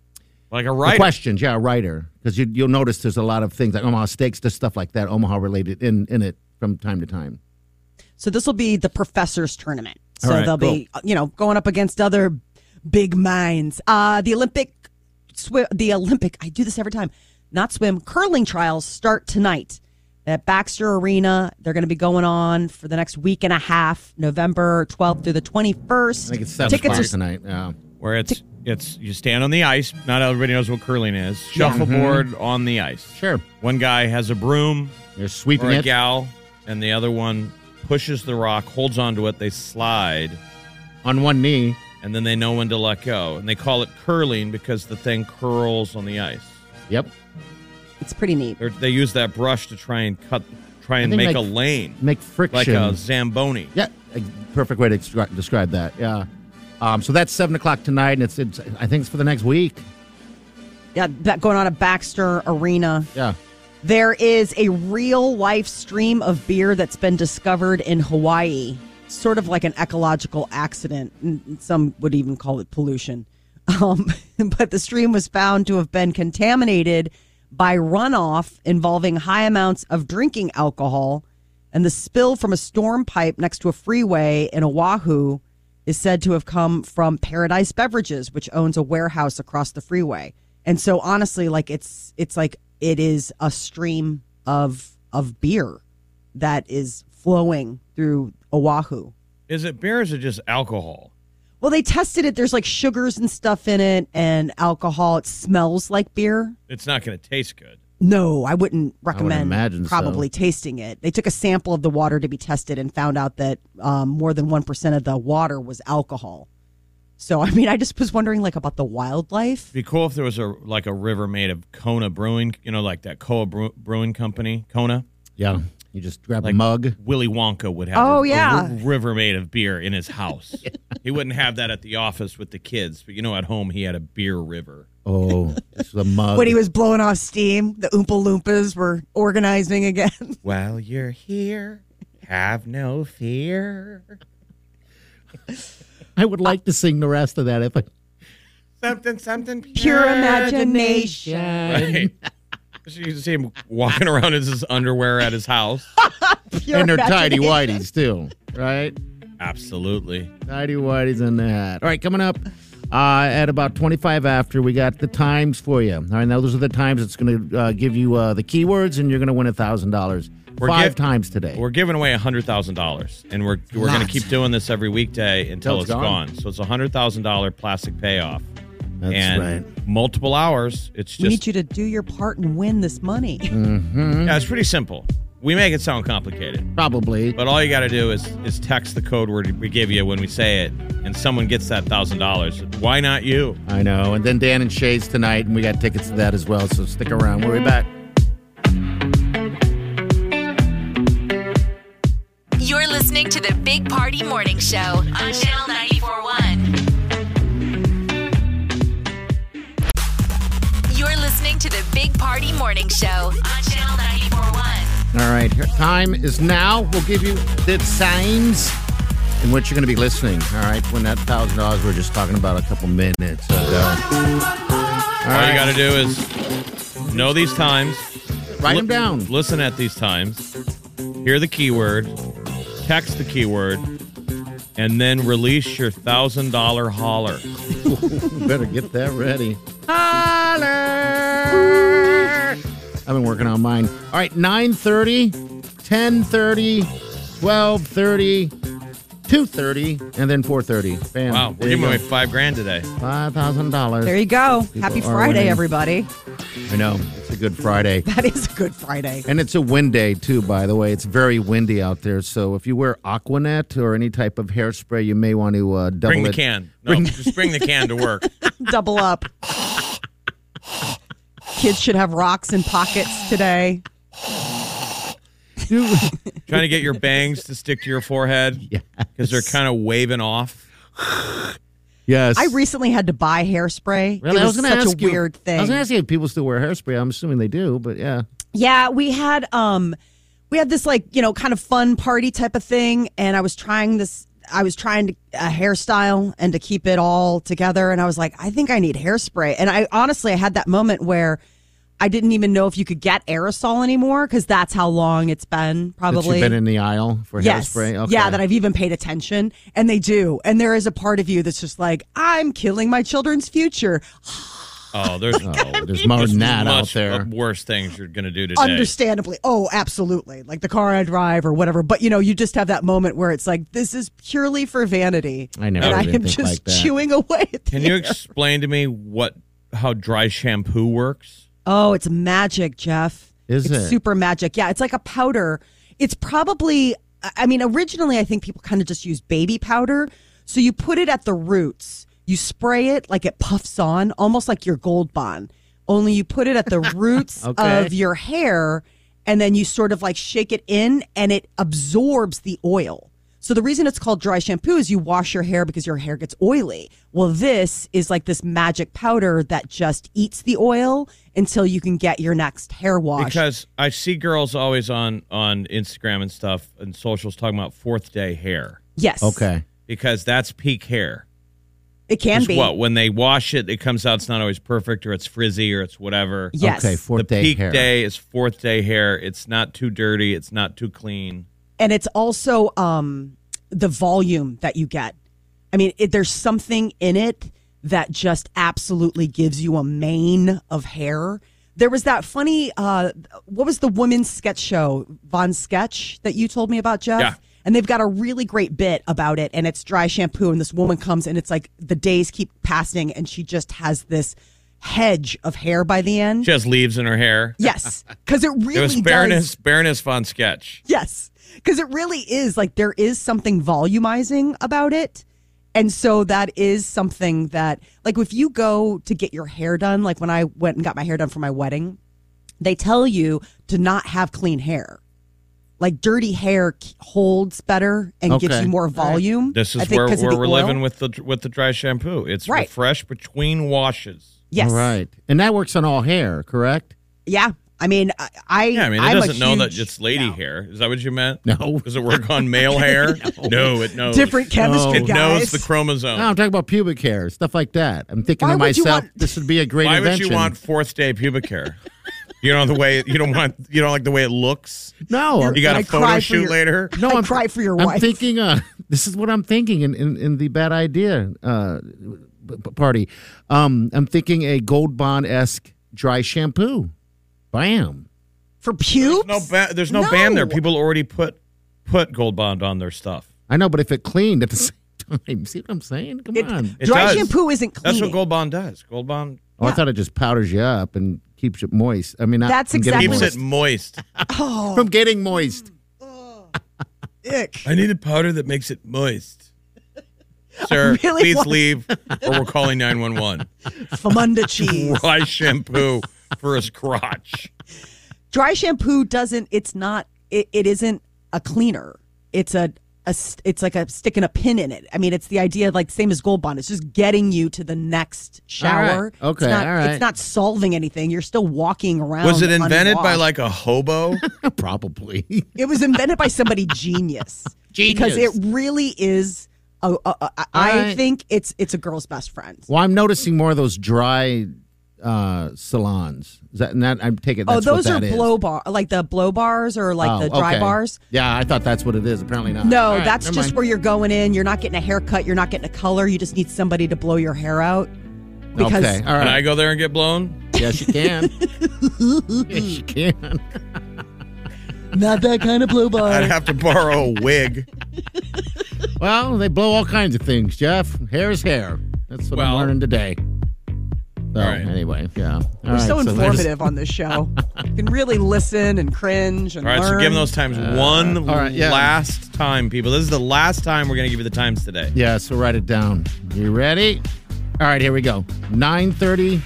[SPEAKER 5] Like a
[SPEAKER 4] The
[SPEAKER 5] writer.
[SPEAKER 4] questions, yeah, a writer, because you, you'll notice there's a lot of things like Omaha steaks, just stuff like that, Omaha related in in it from time to time.
[SPEAKER 7] So this will be the professors' tournament.
[SPEAKER 4] All
[SPEAKER 7] So
[SPEAKER 4] right,
[SPEAKER 7] they'll be, you know, going up against other big minds. Uh, the Olympic, swi- the Olympic. I do this every time. Not swim. Curling trials start tonight at Baxter Arena. They're going to be going on for the next week and a half, November 12th through the 21st.
[SPEAKER 4] I think it's seven
[SPEAKER 7] Tickets
[SPEAKER 4] o'clock
[SPEAKER 7] are
[SPEAKER 4] tonight. Yeah.
[SPEAKER 5] Where it's it's you stand on the ice. Not everybody knows what curling is. Shuffleboard on the ice.
[SPEAKER 4] Mm-hmm. Sure.
[SPEAKER 5] One guy has a broom.
[SPEAKER 4] You're sweeping
[SPEAKER 5] or a
[SPEAKER 4] it.
[SPEAKER 5] gal, and the other one pushes the rock, holds onto it. They slide
[SPEAKER 4] on one knee,
[SPEAKER 5] and then they know when to let go. And they call it curling because the thing curls on the ice.
[SPEAKER 4] Yep.
[SPEAKER 7] It's pretty neat.
[SPEAKER 5] They're, they use that brush to try and cut, try and
[SPEAKER 4] think
[SPEAKER 5] make
[SPEAKER 4] like-
[SPEAKER 5] a lane,
[SPEAKER 4] make
[SPEAKER 5] like
[SPEAKER 4] friction.
[SPEAKER 5] a zamboni.
[SPEAKER 4] Yeah, a perfect way to descri- describe that. Yeah. Um, so that's seven o'clock tonight, and it's, it's I think it's for the next week.
[SPEAKER 7] yeah, that going on at Baxter Arena.
[SPEAKER 4] Yeah.
[SPEAKER 7] There is a real life stream of beer that's been discovered in Hawaii, sort of like an ecological accident. and Some would even call it pollution. Um, but the stream was found to have been contaminated by runoff involving high amounts of drinking alcohol. And the spill from a storm pipe next to a freeway in Oahu is said to have come from Paradise Beverages, which owns a warehouse across the freeway. And so honestly, like it's it's like it is a stream of of beer that is flowing through Oahu.
[SPEAKER 5] Is it beer or is it just alcohol?
[SPEAKER 7] Well, they tested it. There's like sugars and stuff in it and alcohol. It smells like beer.
[SPEAKER 5] It's not going to taste good.
[SPEAKER 7] No, I wouldn't recommend
[SPEAKER 4] imagine so.
[SPEAKER 7] probably tasting it. They took a sample of the water to be tested and found out that um, more than 1% of the water was alcohol. So, I mean, I just was wondering like about the wildlife.
[SPEAKER 5] It'd be cool if there was a like a river made of Kona Brewing, you know, like that Koa Brew- Brewing Company, Kona.
[SPEAKER 4] Yeah. You just grab a mug.
[SPEAKER 5] Willy Wonka would have
[SPEAKER 7] Oh,
[SPEAKER 5] a,
[SPEAKER 7] yeah.
[SPEAKER 5] a ri- river made of beer in his house. He wouldn't have that at the office with the kids, but you know, at home he had a beer river.
[SPEAKER 4] Oh, this is a mug.
[SPEAKER 7] When he was blowing off steam, the Oompa Loompas were organizing again.
[SPEAKER 5] While you're here, have no fear.
[SPEAKER 4] I would like to sing the rest of that if I.
[SPEAKER 5] Something, something pure,
[SPEAKER 7] Pure imagination.
[SPEAKER 5] Right. So you can see him walking around in his underwear at his house.
[SPEAKER 7] Pure
[SPEAKER 4] And they're tidy
[SPEAKER 7] imagination.
[SPEAKER 4] whities too, right?
[SPEAKER 5] Absolutely.
[SPEAKER 4] Tidy whities in the hat. All right, coming up uh, at about 25 after, we got the times for you. All right, now those are the times it's going to uh, give you uh, the keywords, and you're going to win a $1,000
[SPEAKER 5] We're
[SPEAKER 4] five
[SPEAKER 5] giv-
[SPEAKER 4] times today.
[SPEAKER 5] We're giving away hundred thousand dollars, and we're we're going to
[SPEAKER 4] Lots.
[SPEAKER 5] keep doing this every weekday until
[SPEAKER 4] Till
[SPEAKER 5] it's
[SPEAKER 4] it's
[SPEAKER 5] gone.
[SPEAKER 4] gone.
[SPEAKER 5] So it's a hundred thousand dollar plastic payoff,
[SPEAKER 4] That's
[SPEAKER 5] and
[SPEAKER 4] right.
[SPEAKER 5] multiple hours. It's
[SPEAKER 7] We need
[SPEAKER 5] just
[SPEAKER 7] you to do your part and win this money.
[SPEAKER 4] Mm.
[SPEAKER 5] yeah, it's pretty simple. We make it sound complicated,
[SPEAKER 4] Probably.
[SPEAKER 5] but all you got to do is is text the code word we give you when we say it, and someone gets that thousand dollars. Why not you?
[SPEAKER 4] I know. And then Dan and Shay's tonight, and we got tickets to that as well. So stick around. We'll be back.
[SPEAKER 3] You're listening to the Big Party Morning Show on Channel 941. You're listening to the Big Party Morning Show on Channel 941.
[SPEAKER 4] All right, your time is now. We'll give you the times in which you're going to be listening. All right, when that thousand dollars we are just talking about a couple minutes ago. All
[SPEAKER 5] All, you got to do is know these times,
[SPEAKER 4] write
[SPEAKER 5] li-
[SPEAKER 4] them down.
[SPEAKER 5] listen at these times, hear the keyword, text the keyword, and then release your thousand dollar holler.
[SPEAKER 4] Better get that ready. Holler! I've been working on mine. All right, 9.30, 10.30, 12.30, 2.30, and then 4.30. Bam.
[SPEAKER 5] Wow, we're
[SPEAKER 4] There you
[SPEAKER 5] giving
[SPEAKER 4] go.
[SPEAKER 5] away five grand today.
[SPEAKER 4] $5,000.
[SPEAKER 7] There you go. Happy
[SPEAKER 4] are
[SPEAKER 7] Friday,
[SPEAKER 4] winning.
[SPEAKER 7] everybody.
[SPEAKER 4] I know. It's a good Friday.
[SPEAKER 7] That is a good Friday.
[SPEAKER 4] And it's a wind day, too, by the way. It's very windy out there. So if you wear Aquanet or any type of hairspray, you may want to uh, double
[SPEAKER 5] Bring the
[SPEAKER 4] it.
[SPEAKER 5] can. No, just bring the can to work.
[SPEAKER 7] double up. Kids should have rocks in pockets today.
[SPEAKER 4] Do-
[SPEAKER 5] Trying to get your bangs to stick to your forehead because they're kind of waving off.
[SPEAKER 4] yes.
[SPEAKER 7] I recently had to buy hairspray.
[SPEAKER 4] Really?
[SPEAKER 7] It
[SPEAKER 4] I
[SPEAKER 7] was,
[SPEAKER 4] was gonna
[SPEAKER 7] such
[SPEAKER 4] ask
[SPEAKER 7] a
[SPEAKER 4] you-
[SPEAKER 7] weird thing.
[SPEAKER 4] I was going to ask you if people still wear hairspray. I'm assuming they do, but yeah.
[SPEAKER 7] Yeah, we had um we had this like, you know, kind of fun party type of thing and I was trying this I was trying to a hairstyle and to keep it all together, and I was like, I think I need hairspray. And I honestly, I had that moment where I didn't even know if you could get aerosol anymore because that's how long it's been.
[SPEAKER 4] That
[SPEAKER 7] Probably
[SPEAKER 4] you've been in the aisle for
[SPEAKER 7] yes.
[SPEAKER 4] hairspray.
[SPEAKER 7] Yeah, that I've even paid attention, and they do. And there is a part of you that's just like, I'm killing my children's future.
[SPEAKER 5] Oh, there's
[SPEAKER 4] oh, there's more than that out
[SPEAKER 5] much
[SPEAKER 4] there.
[SPEAKER 5] Worse things you're gonna do today.
[SPEAKER 7] Understandably. Oh, absolutely. Like the car I drive or whatever. But you know, you just have that moment where it's like, this is purely for vanity.
[SPEAKER 5] I never
[SPEAKER 7] And I
[SPEAKER 5] did
[SPEAKER 7] am
[SPEAKER 5] think
[SPEAKER 7] just
[SPEAKER 5] like that.
[SPEAKER 7] chewing away. At
[SPEAKER 5] Can
[SPEAKER 7] the
[SPEAKER 5] you
[SPEAKER 7] air.
[SPEAKER 5] explain to me what how dry shampoo works?
[SPEAKER 7] Oh, it's magic, Jeff.
[SPEAKER 5] Is
[SPEAKER 7] it's
[SPEAKER 5] it?
[SPEAKER 7] super magic? Yeah, it's like a powder. It's probably. I- I mean, originally, I think people kind of just use baby powder. So you put it at the roots. You spray it like it puffs on, almost like your gold bond. Only you put it at the roots
[SPEAKER 12] Okay.
[SPEAKER 7] of your hair, and then you sort of like shake it in, and it absorbs the oil. So the reason it's called dry shampoo is you wash your hair because your hair gets oily. Well, this is like this magic powder that just eats the oil until you can get your next hair wash.
[SPEAKER 5] Because I see girls always on on Instagram and stuff and socials talking about fourth day hair.
[SPEAKER 7] Yes.
[SPEAKER 4] Okay.
[SPEAKER 5] Because that's peak hair.
[SPEAKER 7] it can
[SPEAKER 5] 'Cause
[SPEAKER 7] be.
[SPEAKER 5] What when they wash it, it comes out. It's not always perfect, or it's frizzy, or it's whatever.
[SPEAKER 7] Yes. Okay,
[SPEAKER 5] the
[SPEAKER 4] fourth day
[SPEAKER 5] peak
[SPEAKER 4] hair.
[SPEAKER 5] day is fourth day hair. It's not too dirty. It's not too clean.
[SPEAKER 7] and it's also um, the volume that you get. I mean, it, there's something in it that just absolutely gives you a mane of hair. There was that funny, uh, what was the women's sketch show, Von Sketch, that you told me about, Jeff?
[SPEAKER 12] Yeah.
[SPEAKER 7] And they've got a really great bit about it, and it's dry shampoo. And this woman comes, and it's like the days keep passing, and she just has this hedge of hair by the end.
[SPEAKER 5] She has leaves in her hair.
[SPEAKER 7] Yes, because it really
[SPEAKER 5] it was
[SPEAKER 7] does.
[SPEAKER 5] Baroness Baroness von Sketch.
[SPEAKER 7] Yes, because it really is like there is something volumizing about it. And so that is something that, like, if you go to get your hair done, like when I went and got my hair done for my wedding, they tell you to not have clean hair. Like, dirty hair k- holds better and gives
[SPEAKER 5] Okay.
[SPEAKER 7] you more volume.
[SPEAKER 5] This
[SPEAKER 7] I
[SPEAKER 5] is
[SPEAKER 7] think
[SPEAKER 5] where,
[SPEAKER 7] 'cause of
[SPEAKER 5] where
[SPEAKER 7] the
[SPEAKER 5] we're
[SPEAKER 7] oil.
[SPEAKER 5] living with the with the dry shampoo. It's
[SPEAKER 7] Right.
[SPEAKER 5] refresh between washes.
[SPEAKER 7] Yes.
[SPEAKER 4] All right. And that works on all hair, correct?
[SPEAKER 7] Yeah. I mean, I, I,
[SPEAKER 5] Yeah, I mean, it
[SPEAKER 7] I'm a
[SPEAKER 5] doesn't know that
[SPEAKER 7] huge-
[SPEAKER 5] it's lady hair. Is that what you meant?
[SPEAKER 4] No.
[SPEAKER 5] Does it work on male hair? no. it knows.
[SPEAKER 4] Different chemistry,
[SPEAKER 5] It
[SPEAKER 4] guys. Oh,
[SPEAKER 5] knows the chromosome.
[SPEAKER 4] No, I'm talking about pubic hair, stuff like that. I'm thinking
[SPEAKER 5] Why
[SPEAKER 4] to
[SPEAKER 5] would you
[SPEAKER 4] myself,
[SPEAKER 5] want-
[SPEAKER 4] this would be a great
[SPEAKER 5] Why
[SPEAKER 4] invention.
[SPEAKER 5] would you want fourth day pubic hair? you know the way you don't want you don't like the way it looks.
[SPEAKER 4] No,
[SPEAKER 5] you got a photo shoot later.
[SPEAKER 4] No, I'm
[SPEAKER 7] cry for your
[SPEAKER 4] I'm
[SPEAKER 7] wife.
[SPEAKER 4] thinking. Uh, this is what I'm thinking in in, in the bad idea uh, b- b- party. Um, I'm thinking a gold bond esque dry shampoo. Bam.
[SPEAKER 7] For pubes?
[SPEAKER 5] No, ba- there's no, ban there. People already put put gold bond on their stuff.
[SPEAKER 4] I know, but if it cleaned at the same time, see what I'm saying? Come on.
[SPEAKER 5] It
[SPEAKER 7] dry
[SPEAKER 5] does.
[SPEAKER 7] shampoo isn't
[SPEAKER 5] That's
[SPEAKER 7] cleaning.
[SPEAKER 5] what gold bond does. Gold bond
[SPEAKER 4] Oh, I thought it just powders you up and keeps it moist. I mean, I-
[SPEAKER 7] That's
[SPEAKER 4] I'm getting
[SPEAKER 7] exactly
[SPEAKER 5] keeps
[SPEAKER 4] moist.
[SPEAKER 5] it moist.
[SPEAKER 7] Oh.
[SPEAKER 4] From getting moist.
[SPEAKER 7] Ick.
[SPEAKER 5] I need a powder that makes it moist. Sir,
[SPEAKER 7] really
[SPEAKER 5] please
[SPEAKER 7] want-
[SPEAKER 5] leave, or we're calling nine one one.
[SPEAKER 7] Famunda cheese.
[SPEAKER 5] Dry shampoo for his crotch.
[SPEAKER 7] dry shampoo doesn't it's not it, it isn't a cleaner it's a, a s- it's like a sticking a pin in it i mean it's the idea like same as gold bond it's just getting you to the next shower
[SPEAKER 5] All right.
[SPEAKER 7] It's
[SPEAKER 5] Okay,
[SPEAKER 7] not-
[SPEAKER 5] all right.
[SPEAKER 7] it's not solving anything you're still walking around
[SPEAKER 5] Was
[SPEAKER 4] Um,
[SPEAKER 5] it invented by
[SPEAKER 7] unwashed.
[SPEAKER 5] like a hobo?
[SPEAKER 4] Probably.
[SPEAKER 7] it was invented by somebody genius because it
[SPEAKER 4] Genius.
[SPEAKER 7] really is a, a, a, a, i
[SPEAKER 4] right.
[SPEAKER 7] think it's it's a girl's best friend
[SPEAKER 4] Well, I'm noticing more of those dry uh, salons. Is that, and that I take it.
[SPEAKER 7] oh
[SPEAKER 4] That's what
[SPEAKER 7] those are
[SPEAKER 4] that is.
[SPEAKER 7] blow bar like the blow bars or like
[SPEAKER 4] Oh,
[SPEAKER 7] the dry
[SPEAKER 4] okay.
[SPEAKER 7] bars
[SPEAKER 4] Yeah, I thought that's what it is. Apparently not.
[SPEAKER 7] No,
[SPEAKER 4] All right,
[SPEAKER 7] that's
[SPEAKER 4] never
[SPEAKER 7] just
[SPEAKER 4] mind.
[SPEAKER 7] where you're going in. You're not getting a haircut. You're not getting a color. You just need somebody to blow your hair out. Because
[SPEAKER 4] okay. All right.
[SPEAKER 5] Can I go there and get blown?
[SPEAKER 4] Yes, you can. yes, you can.
[SPEAKER 7] not that kind of blow bar.
[SPEAKER 5] I'd have to borrow a wig.
[SPEAKER 4] Well, they blow all kinds of things, Jeff. Hair is hair. That's what I'm learning today. So,
[SPEAKER 5] All right.
[SPEAKER 4] anyway, yeah. All
[SPEAKER 7] we're
[SPEAKER 4] right,
[SPEAKER 7] so
[SPEAKER 4] there's-
[SPEAKER 7] informative on this show. You can really listen and cringe and
[SPEAKER 5] All right,
[SPEAKER 7] learn.
[SPEAKER 5] so give them those times
[SPEAKER 4] Uh,
[SPEAKER 5] one
[SPEAKER 4] all right, yeah.
[SPEAKER 5] last time, people. This is the last time we're going to give you the times today.
[SPEAKER 4] Yeah, so write it down. You ready? All right, here we go. 9.30,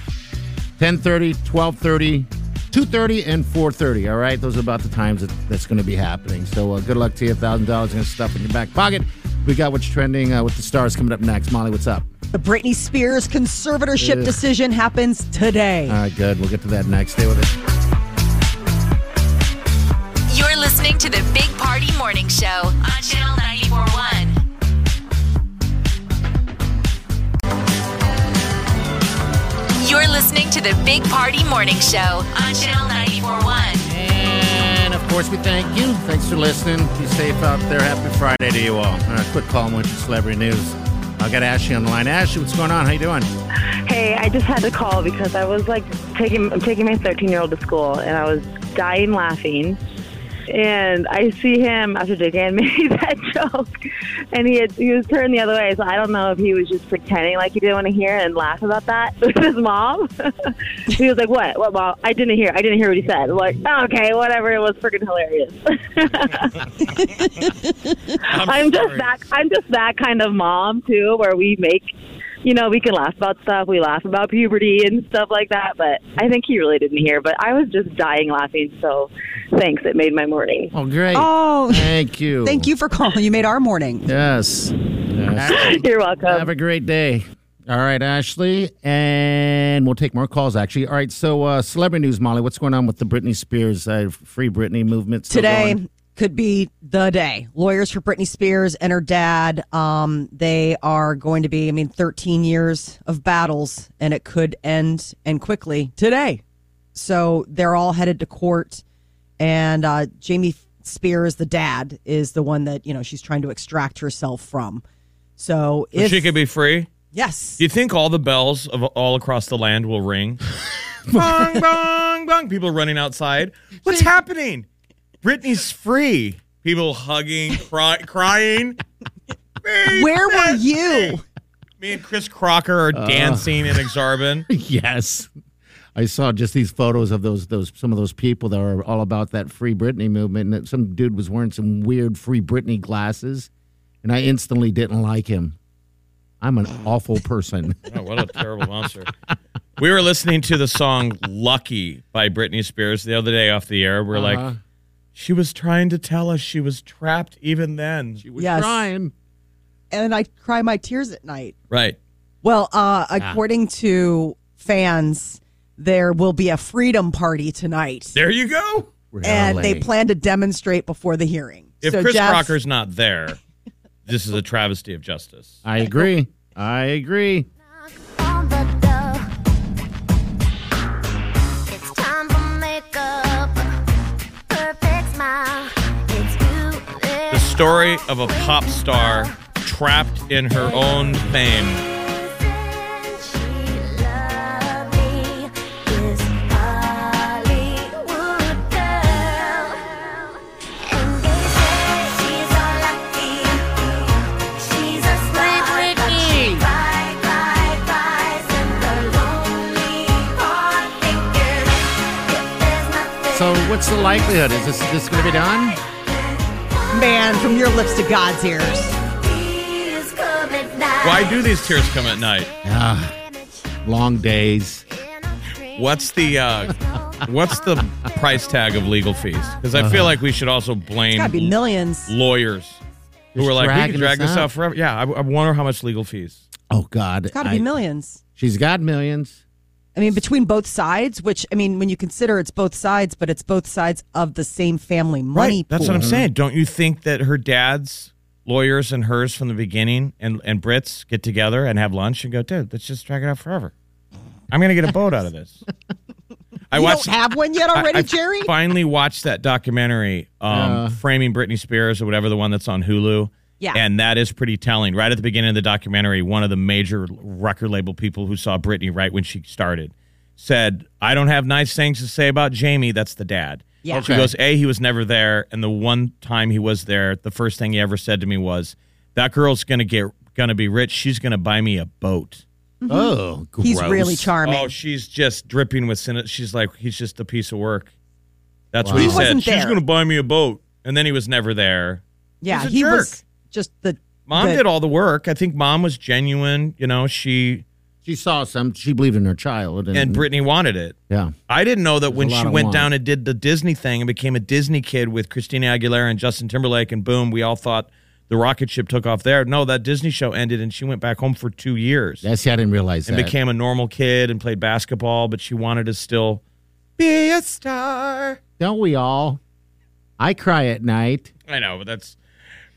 [SPEAKER 4] 10.30, 12.30, 2.30, and 4.30. All right, those are about the times that, that's going to be happening. So uh, good luck to you. $1,000 going to stuff in your back pocket. We got what's trending uh, with the stars coming up next. Molly, what's up?
[SPEAKER 7] The Britney Spears conservatorship
[SPEAKER 4] Ugh. Oh.
[SPEAKER 7] decision happens today.
[SPEAKER 4] All right, Ah, good. We'll get to that next. Stay with us.
[SPEAKER 3] You're listening to the Big Party Morning Show on Channel 941. You're listening to the Big Party Morning Show on Channel 941.
[SPEAKER 4] And of course, we thank you. Thanks for listening. Be safe out there. Happy Friday to you all. And a quick call and went to celebrity news. I got Ashley on the line. Ashley, what's going on? How you doing?
[SPEAKER 12] Hey, I just had to call because I was like taking I'm taking my 13 year old to school and I was dying laughing. And I see him after Dickhead made that joke, and he had, he was turned the other way. So I don't know if he was just pretending like he didn't want to hear and laugh about that with his mom. he was like, "What? What, mom? I didn't hear. I didn't hear what he said." I'm like, okay, whatever. It was freaking hilarious. I'm, just that. I'm just that kind of mom too, where we make, you know, we can laugh about stuff. We laugh about puberty and stuff like that. But I think he really didn't hear. But I was just dying laughing. So thanks. It made my morning.
[SPEAKER 4] Oh, great.
[SPEAKER 7] Oh,
[SPEAKER 4] thank you.
[SPEAKER 7] Thank you for calling. You made our morning.
[SPEAKER 4] Yes. yes.
[SPEAKER 12] You're welcome.
[SPEAKER 4] Have a great day. All right, Ashley. And we'll take more calls, actually. All right, so uh, celebrity news, Molly. What's going on with the Britney Spears uh, Free Britney movement? still
[SPEAKER 7] Today
[SPEAKER 4] going?
[SPEAKER 7] could be the day. Lawyers for Britney Spears and her dad, um, they are going to be, I mean, 13 years of battles, and it could end and quickly today. So they're all headed to court, and uh, Jamie Spears, the dad, is the one that, you know, she's trying to extract herself from. So
[SPEAKER 5] So
[SPEAKER 7] if
[SPEAKER 5] she could be free.
[SPEAKER 7] Yes.
[SPEAKER 5] Do you think all the bells of all across the land will ring? bong, bong, bong. People running outside. What's happening? Britney's free. People hugging, cry, crying.
[SPEAKER 7] Where were you?
[SPEAKER 5] Me and Chris Crocker are dancing in Exarban.
[SPEAKER 4] yes. I saw just these photos of those those some of those people that are all about that Free Britney movement, and that some dude was wearing some weird Free Britney glasses, and I instantly didn't like him. I'm an awful person.
[SPEAKER 5] Oh, what a terrible monster. We were listening to the song Lucky by Britney Spears the other day off the air. We're
[SPEAKER 4] Uh-huh.
[SPEAKER 5] like, she was trying to tell us she was trapped even then. She
[SPEAKER 4] was
[SPEAKER 7] Yes.
[SPEAKER 4] trying.
[SPEAKER 7] And I cry my tears at night.
[SPEAKER 5] Right.
[SPEAKER 7] Well, uh, according to fans, there will be a freedom party tonight,
[SPEAKER 5] There you go.
[SPEAKER 7] and they plan to demonstrate before the hearing.
[SPEAKER 5] If
[SPEAKER 7] So,
[SPEAKER 5] Chris
[SPEAKER 7] Jeff,
[SPEAKER 5] Crocker's not there, this is a travesty of justice.
[SPEAKER 4] I agree. I agree.
[SPEAKER 9] It's time for makeup. Perfect smile. It's
[SPEAKER 5] The story of a pop star trapped in her own fame.
[SPEAKER 4] So, what's the likelihood? Is this this going to be done?
[SPEAKER 7] man, from your lips to God's ears.
[SPEAKER 5] Why do these tears come at night?
[SPEAKER 4] Ah, long days.
[SPEAKER 5] What's the uh, what's the price tag of legal fees? Because I feel like we should also blame
[SPEAKER 7] Uh-huh. Gotta be millions.
[SPEAKER 5] lawyers who
[SPEAKER 4] Just
[SPEAKER 5] were like, we
[SPEAKER 4] dragging
[SPEAKER 5] can drag
[SPEAKER 4] this
[SPEAKER 5] this out
[SPEAKER 4] out.
[SPEAKER 5] forever. Yeah, I, I wonder how much legal fees.
[SPEAKER 4] Oh God.
[SPEAKER 7] Gotta be
[SPEAKER 4] I-
[SPEAKER 7] millions.
[SPEAKER 4] She's got millions.
[SPEAKER 7] I mean, between both sides, which I mean, when you consider it's both sides, but it's both sides of the same family money.
[SPEAKER 5] That's what I'm
[SPEAKER 7] pool.
[SPEAKER 5] saying. Don't you think that her dad's lawyers and hers from the beginning and, and Brits get together and have lunch and go, dude, let's just drag it out forever. I'm going to get a boat out of this. I
[SPEAKER 7] You
[SPEAKER 5] watched.
[SPEAKER 7] don't have one yet already,
[SPEAKER 5] I- I
[SPEAKER 7] Jerry.
[SPEAKER 5] Finally watched that documentary, um,
[SPEAKER 4] Uh.
[SPEAKER 5] Framing Britney Spears or whatever the one that's on Hulu.
[SPEAKER 7] Yeah.
[SPEAKER 5] And that is pretty telling. Right at the beginning of the documentary, one of the major record label people who saw Britney right when she started said, I don't have nice things to say about Jamie. That's the dad.
[SPEAKER 7] Yeah.
[SPEAKER 5] She goes, A, he was never there. And the one time he was there, the first thing he ever said to me was, That girl's gonna get gonna be rich. She's gonna buy me a boat.
[SPEAKER 4] Oh, gross.
[SPEAKER 7] Mm-hmm. He's really charming.
[SPEAKER 5] Oh, she's just dripping with sin. She's like, he's just a piece of work. That's
[SPEAKER 4] Wow.
[SPEAKER 5] what he,
[SPEAKER 4] He
[SPEAKER 5] said.
[SPEAKER 7] wasn't
[SPEAKER 5] She's
[SPEAKER 7] there.
[SPEAKER 5] gonna buy me a boat. And then he was never there.
[SPEAKER 7] yeah,
[SPEAKER 5] he's a
[SPEAKER 7] he
[SPEAKER 5] jerk.
[SPEAKER 7] was just the
[SPEAKER 5] Mom
[SPEAKER 7] the-
[SPEAKER 5] did all the work. I think mom was genuine. You know, she
[SPEAKER 4] She saw some. She believed in her child. And,
[SPEAKER 5] and Brittany wanted it.
[SPEAKER 4] Yeah.
[SPEAKER 5] I didn't know that when
[SPEAKER 4] Mm-hmm. a lot
[SPEAKER 5] she
[SPEAKER 4] of
[SPEAKER 5] went
[SPEAKER 4] want.
[SPEAKER 5] down and did the Disney thing and became a Disney kid with Christina Aguilera and Justin Timberlake, and boom, we all thought the rocket ship took off there. No, that Disney show ended, and she went back home for two years
[SPEAKER 4] Yeah, see, I didn't realize
[SPEAKER 5] and
[SPEAKER 4] that.
[SPEAKER 5] became a normal kid and played basketball, but she wanted to still be a star.
[SPEAKER 4] Don't we all? I cry at night.
[SPEAKER 5] I know, but that's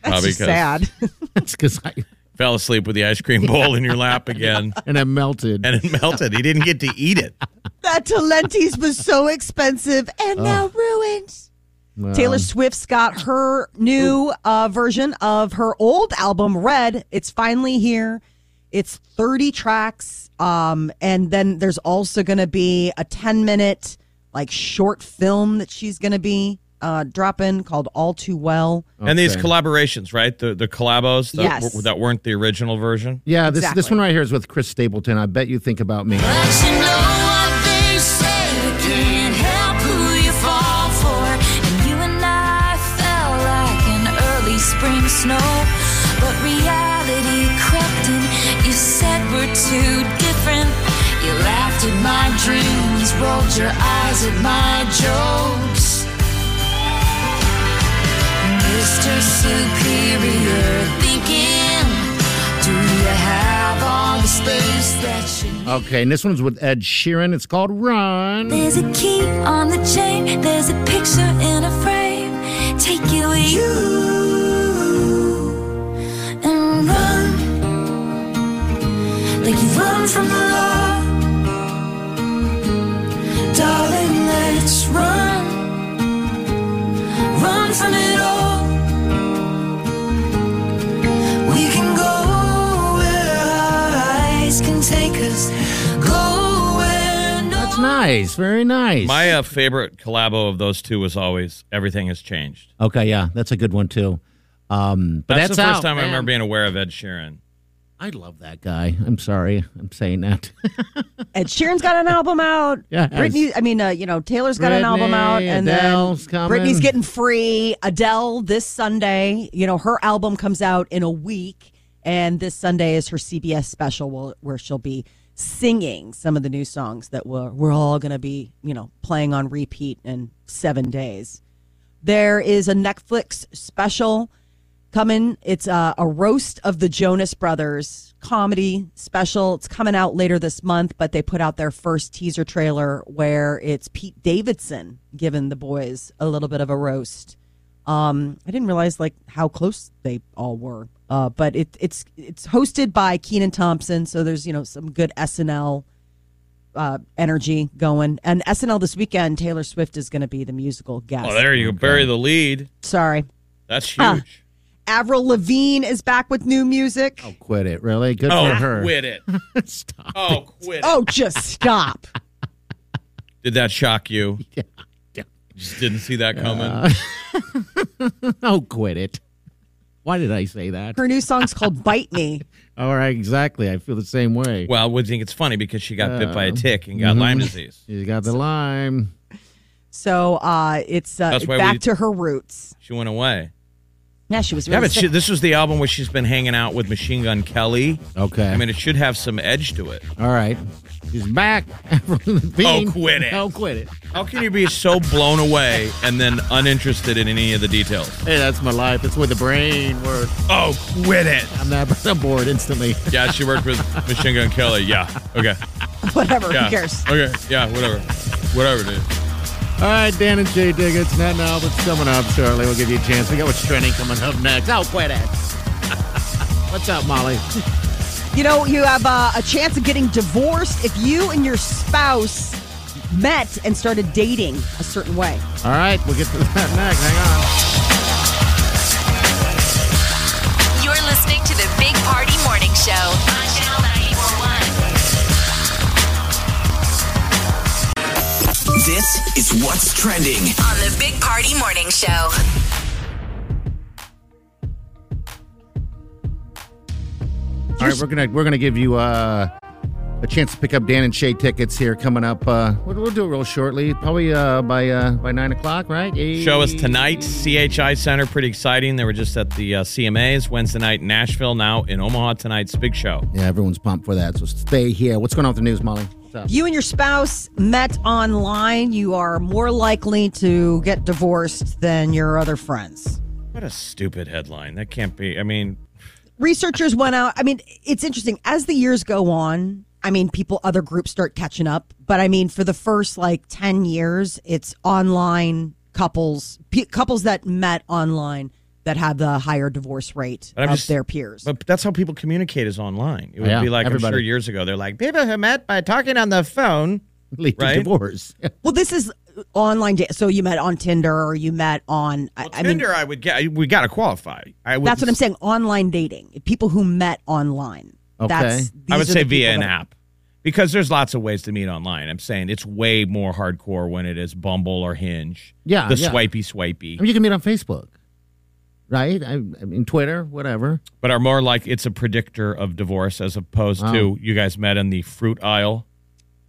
[SPEAKER 7] That's
[SPEAKER 5] uh,
[SPEAKER 7] just sad.
[SPEAKER 4] That's because I.
[SPEAKER 5] fell asleep with the ice cream bowl in your lap again.
[SPEAKER 4] And it melted.
[SPEAKER 5] And it melted. He didn't get to eat it.
[SPEAKER 7] That Talenti's was so expensive and now ruined.
[SPEAKER 4] Um,
[SPEAKER 7] Taylor Swift's got her new uh, version of her old album, Red. It's finally here. It's 30 tracks. Um, and then there's also going to be a 10 minute, like, short film that she's going to be uh, dropping called All Too Well.
[SPEAKER 5] And these collaborations, right? The the collabos that,
[SPEAKER 7] Yes.
[SPEAKER 5] w- that weren't the original version.
[SPEAKER 4] Yeah, this this
[SPEAKER 7] Exactly.
[SPEAKER 4] one right here is with Chris Stapleton. I bet you think about me.
[SPEAKER 9] You know what they say, you can't help who you fall for. And you and I fell like an early spring snow. But reality crept in, you said we're too different. You laughed at my dreams, rolled your eyes at my jokes. Mr. Superior thinking, do you have all the space that you
[SPEAKER 4] Okay, and this one's with Ed Sheeran. It's called Run.
[SPEAKER 9] There's a key on the chain. There's a picture in a frame. Take you with you and run like you run from the law, darling. Let's run, run from it all. We can go where our eyes can take us. Go where no
[SPEAKER 4] That's nice. Very nice.
[SPEAKER 5] My uh, favorite collabo of those two was always Everything Has Changed.
[SPEAKER 4] okay, yeah, that's a good one too. Um, but that's,
[SPEAKER 5] the first
[SPEAKER 4] out,
[SPEAKER 5] time I
[SPEAKER 4] man.
[SPEAKER 5] remember being aware of Ed Sheeran.
[SPEAKER 4] I love that guy. I'm sorry. I'm saying that.
[SPEAKER 7] Ed Sheeran's got an album out.
[SPEAKER 4] Yeah,
[SPEAKER 7] Britney. I mean, uh, you know, Taylor's got an album
[SPEAKER 4] Britney,
[SPEAKER 7] out, and
[SPEAKER 4] Adele's
[SPEAKER 7] then
[SPEAKER 4] coming.
[SPEAKER 7] Britney's getting free. Adele this Sunday. You know, her album comes out in a week, and this Sunday is her CBS special where, where she'll be singing some of the new songs that we're we're all gonna be you know playing on repeat in seven days. There is a Netflix special coming. It's a, a roast of the Jonas Brothers comedy special. It's coming out later this month, but they put out their first teaser trailer where it's Pete Davidson giving the boys a little bit of a roast. Um, I didn't realize like how close they all were, uh, but it, it's it's hosted by Keenan Thompson, so there's you know some good SNL uh, energy going. And SNL this weekend, Taylor Swift is going to be the musical guest.
[SPEAKER 5] Oh, there you go. Bury the lead.
[SPEAKER 7] Sorry.
[SPEAKER 5] That's huge.
[SPEAKER 7] Huh. Avril Lavigne is back with new music. Oh,
[SPEAKER 4] Quit it. Really? Good
[SPEAKER 5] oh,
[SPEAKER 4] for her.
[SPEAKER 5] quit it. Stop. Oh, quit it.
[SPEAKER 7] just stop.
[SPEAKER 5] Did that shock you? Just didn't see that coming.
[SPEAKER 4] Uh. oh, quit it. Why did I say that?
[SPEAKER 7] Her new song's called Bite Me.
[SPEAKER 4] All right, exactly. I feel the same way.
[SPEAKER 5] well, we think it's funny because she got bit by a
[SPEAKER 4] Uh,
[SPEAKER 5] tick and got
[SPEAKER 4] mhm.
[SPEAKER 5] Lyme disease.
[SPEAKER 4] You got the lime.
[SPEAKER 7] So uh, it's uh,
[SPEAKER 5] That's why
[SPEAKER 7] back
[SPEAKER 5] we-
[SPEAKER 7] to her roots.
[SPEAKER 5] She went away.
[SPEAKER 7] Yeah, she was really
[SPEAKER 5] Yeah, but she,
[SPEAKER 7] sick.
[SPEAKER 5] this was the album where she's been hanging out with Machine Gun Kelly.
[SPEAKER 4] Okay.
[SPEAKER 5] I mean, it should have some edge to it.
[SPEAKER 4] All right. She's back. Avril Lavigne.
[SPEAKER 5] Oh, quit it.
[SPEAKER 4] Oh, quit it.
[SPEAKER 5] How can you be so blown away and then uninterested in any of the details?
[SPEAKER 4] Hey, that's my life. It's where the brain works.
[SPEAKER 5] Oh, quit it.
[SPEAKER 4] I'm not I'm bored instantly.
[SPEAKER 5] Yeah, she worked with Machine Gun Kelly. Yeah. Okay.
[SPEAKER 7] Whatever,
[SPEAKER 5] Yeah.
[SPEAKER 7] who cares?
[SPEAKER 5] Okay. Yeah, whatever. Whatever, dude.
[SPEAKER 4] All right, Dan and Jay Diggins. Not now, but coming up shortly. We'll give you a chance. We got what's trending coming up next. Oh, quit it. what's up, Molly?
[SPEAKER 7] You know, you have uh, a chance of getting divorced if you and your spouse met and started dating a certain way.
[SPEAKER 4] All right, we'll get to that next. Hang on.
[SPEAKER 3] You're listening to the Big Party Morning Show on Channel 941.
[SPEAKER 8] This is what's trending.
[SPEAKER 3] On the Big Party Morning Show.
[SPEAKER 4] All right, we're gonna we're gonna give you uh, a chance to pick up Dan and Shay tickets here coming up. Uh, we'll, we'll do it real shortly, probably uh, by uh, by nine o'clock, right?
[SPEAKER 5] Show is tonight, CHI Center. Pretty exciting. They were just at the uh, CMAs Wednesday night in Nashville, now in Omaha tonight's big show.
[SPEAKER 4] Yeah, everyone's pumped for that, so stay here. What's going on with the news, Molly? What's up?
[SPEAKER 7] You and your spouse met online. You are more likely to get divorced than your other friends.
[SPEAKER 5] What a stupid headline. That can't be. I mean,
[SPEAKER 7] researchers went out. I mean, it's interesting as the years go on. I mean, people, other groups start catching up. But I mean, for the first like 10 years, it's online couples, pe- couples that met online that have the higher divorce rate
[SPEAKER 5] But I'm
[SPEAKER 7] of
[SPEAKER 5] just-
[SPEAKER 7] their peers.
[SPEAKER 5] But that's how people communicate is online. It would
[SPEAKER 4] Yeah,
[SPEAKER 5] be like I'm
[SPEAKER 4] everybody.
[SPEAKER 5] sure years ago. They're like people who met by talking on the phone,
[SPEAKER 4] lead
[SPEAKER 5] right?
[SPEAKER 4] to divorce.
[SPEAKER 7] Well, this is online. da- So you met on Tinder or you met on I, I mean,
[SPEAKER 5] Tinder, I would get. We got to qualify. I would.
[SPEAKER 7] that's what I'm saying. Online dating, people who met online. That's,
[SPEAKER 5] I would
[SPEAKER 7] these are
[SPEAKER 5] say
[SPEAKER 7] the
[SPEAKER 5] via
[SPEAKER 7] people
[SPEAKER 5] an
[SPEAKER 7] that-
[SPEAKER 5] app because there's lots of ways to meet online. I'm saying it's way more hardcore when it is Bumble or Hinge.
[SPEAKER 4] Yeah,
[SPEAKER 5] the
[SPEAKER 4] yeah.
[SPEAKER 5] swipey swipey,
[SPEAKER 4] I mean, you can meet on Facebook, right? I, I mean, Twitter, whatever.
[SPEAKER 5] but are more like it's a predictor of divorce as opposed
[SPEAKER 4] Wow.
[SPEAKER 5] to you guys met in the fruit aisle.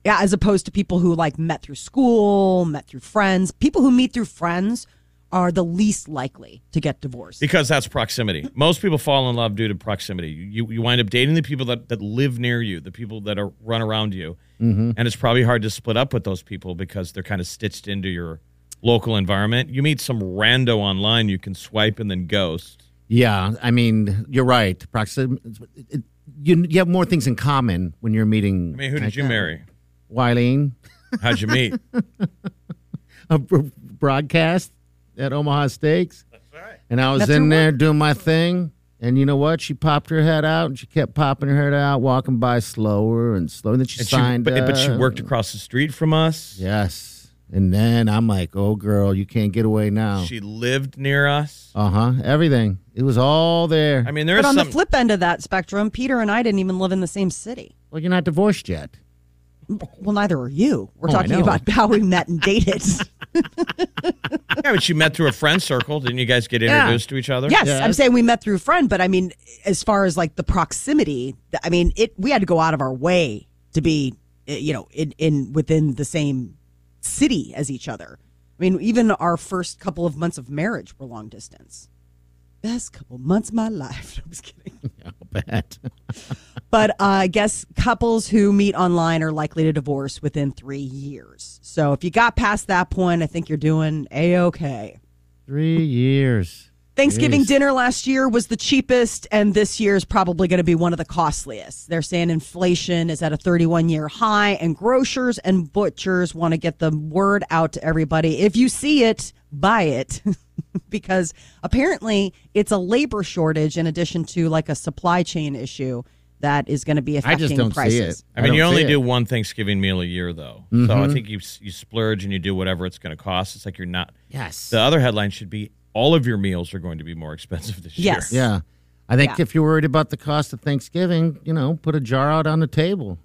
[SPEAKER 7] Yeah, as opposed to people who like met through school, met through friends. People who meet through friends are the least likely to get divorced.
[SPEAKER 5] Because that's proximity. Most people fall in love due to proximity. You you wind up dating the people that, that live near you, the people that are run around you.
[SPEAKER 7] Mm-hmm.
[SPEAKER 4] Mhm.
[SPEAKER 5] And it's probably hard to split up with those people because they're kind of stitched into your local environment. You meet some rando online you can swipe and then ghost.
[SPEAKER 4] Yeah, I mean, you're right. Proxim- it, you you have more things in common when you're meeting.
[SPEAKER 5] I mean, who did
[SPEAKER 4] like
[SPEAKER 5] you
[SPEAKER 4] that.
[SPEAKER 5] marry?
[SPEAKER 4] Wileen,
[SPEAKER 5] How'd you meet?
[SPEAKER 4] a br- broadcast at Omaha Steaks. That's right. And I was
[SPEAKER 5] That's
[SPEAKER 4] in
[SPEAKER 5] her
[SPEAKER 4] there doing my thing. And you know what? She popped her head out, and she kept popping her head out, walking by slower and slower. And then she
[SPEAKER 5] And she-
[SPEAKER 4] signed
[SPEAKER 5] but, but she
[SPEAKER 4] up.
[SPEAKER 5] worked across the street from us.
[SPEAKER 4] Yes. And then I'm like, "Oh, girl, you can't get away now."
[SPEAKER 5] She lived near us.
[SPEAKER 4] Uh huh. Everything. It was all there.
[SPEAKER 5] I mean,
[SPEAKER 7] but on the flip end of that spectrum, Peter and I didn't even live in the same city.
[SPEAKER 4] Well, you're not divorced yet.
[SPEAKER 7] Well, neither are you. We're
[SPEAKER 4] Oh, I
[SPEAKER 7] talking
[SPEAKER 4] know.
[SPEAKER 7] about how we met and dated.
[SPEAKER 5] Yeah, but you met through a friend circle. Didn't you guys get
[SPEAKER 7] Yeah.
[SPEAKER 5] introduced to each other?
[SPEAKER 7] Yes, I'm saying we met through friend, but I mean, as far as like the proximity, th- I mean, it we had to go out of our way to be, eh, you know, in, in within the same city as each other. I mean, even our first couple of months of marriage were long distance. Best couple months of my life. I'm just kidding.
[SPEAKER 4] Bet.
[SPEAKER 7] But uh, I guess couples who meet online are likely to divorce within three years. So if you got past that point, I think you're doing a okay.
[SPEAKER 4] Three years.
[SPEAKER 7] Thanksgiving
[SPEAKER 4] Jeez.
[SPEAKER 7] dinner last year was the cheapest, and this year is probably going to be one of the costliest. They're saying inflation is at a 31 year high, and grocers and butchers want to get the word out to everybody. If you see it, buy it. because apparently it's a labor shortage in addition to like a supply chain issue that is going to be affecting prices.
[SPEAKER 5] I mean,
[SPEAKER 4] don't
[SPEAKER 5] you
[SPEAKER 4] see
[SPEAKER 5] only
[SPEAKER 4] it.
[SPEAKER 5] do one Thanksgiving meal a year, though. So I
[SPEAKER 4] Mhm.
[SPEAKER 5] think you you splurge and you do whatever it's going to cost. It's like you're not.
[SPEAKER 4] Yes.
[SPEAKER 5] The other headline should be all of your meals are going to be more expensive this
[SPEAKER 7] Yes.
[SPEAKER 5] year.
[SPEAKER 4] Yeah. I think
[SPEAKER 7] Yeah.
[SPEAKER 4] if you're worried about the cost of Thanksgiving, you know, put a jar out on the table.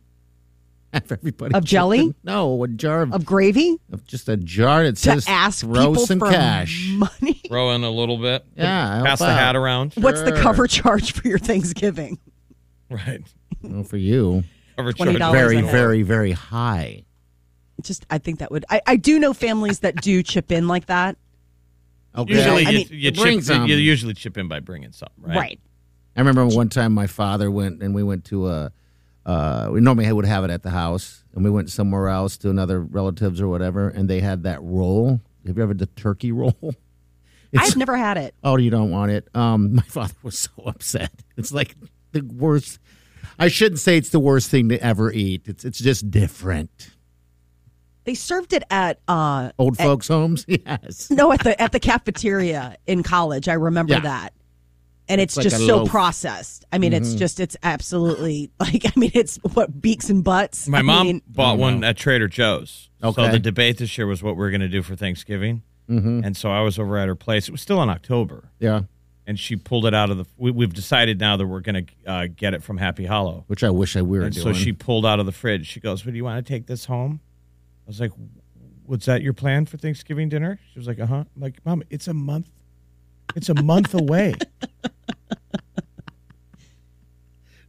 [SPEAKER 4] Have everybody
[SPEAKER 7] Of jelly?
[SPEAKER 4] No, a jar of,
[SPEAKER 7] Of gravy?
[SPEAKER 4] of just a jar that says
[SPEAKER 7] to ask
[SPEAKER 4] throw
[SPEAKER 7] people
[SPEAKER 4] some
[SPEAKER 7] for
[SPEAKER 4] cash.
[SPEAKER 7] money.
[SPEAKER 5] Throw in a little bit.
[SPEAKER 4] Yeah, help
[SPEAKER 5] Pass the
[SPEAKER 4] out.
[SPEAKER 5] hat around.
[SPEAKER 7] What's the
[SPEAKER 4] Sure.
[SPEAKER 7] cover charge for your Thanksgiving?
[SPEAKER 5] Right.
[SPEAKER 4] Well, for you,
[SPEAKER 5] Cover charge.
[SPEAKER 7] $20
[SPEAKER 4] very,
[SPEAKER 7] an hour.
[SPEAKER 4] very, very high.
[SPEAKER 7] just I think that would I, I do know families that do chip in like that.
[SPEAKER 4] Okay.
[SPEAKER 5] Usually,
[SPEAKER 7] I
[SPEAKER 5] you,
[SPEAKER 7] mean,
[SPEAKER 5] you
[SPEAKER 4] it brings
[SPEAKER 5] chip, you
[SPEAKER 4] them.
[SPEAKER 5] usually chip in by bringing something, right?
[SPEAKER 4] I remember one time my father went and we went to a. Uh, we normally would have it at the house, and we went somewhere else to another relatives or whatever, and they had that roll. Have you ever had the turkey roll?
[SPEAKER 7] I've never had it.
[SPEAKER 4] oh you don't want it um my father was so upset it's like the worst i shouldn't say it's the worst thing to ever eat it's it's just different
[SPEAKER 7] They served it at uh
[SPEAKER 4] old
[SPEAKER 7] at-
[SPEAKER 4] folks homes yes
[SPEAKER 7] no, at the at the cafeteria in college. I remember
[SPEAKER 4] Yeah.
[SPEAKER 7] that. And it's,
[SPEAKER 4] It's like
[SPEAKER 7] just
[SPEAKER 4] a
[SPEAKER 7] so
[SPEAKER 4] loaf.
[SPEAKER 7] processed. I mean, it's
[SPEAKER 4] Mhm.
[SPEAKER 7] just it's absolutely like I mean, it's what beaks and butts.
[SPEAKER 5] My
[SPEAKER 7] I
[SPEAKER 5] mom
[SPEAKER 7] mean,
[SPEAKER 5] bought one at Trader Joe's. So
[SPEAKER 4] Mm-hmm. Okay.
[SPEAKER 5] the debate this year was what we are going to do for Thanksgiving.
[SPEAKER 4] Mhm.
[SPEAKER 5] And so I was over at her place. It was still in October.
[SPEAKER 4] yeah
[SPEAKER 5] And she pulled it out of the. We, we've decided now that we're going to uh, get it from Happy Hollow.
[SPEAKER 4] which i wish i were
[SPEAKER 5] and
[SPEAKER 4] doing
[SPEAKER 5] so she pulled out of the fridge. She goes, "Well, do you want to take this home?" I was like, "Was that your plan for Thanksgiving dinner?" She was like, "Uh huh." I'm like, "Mom, it's a month. It's a month away.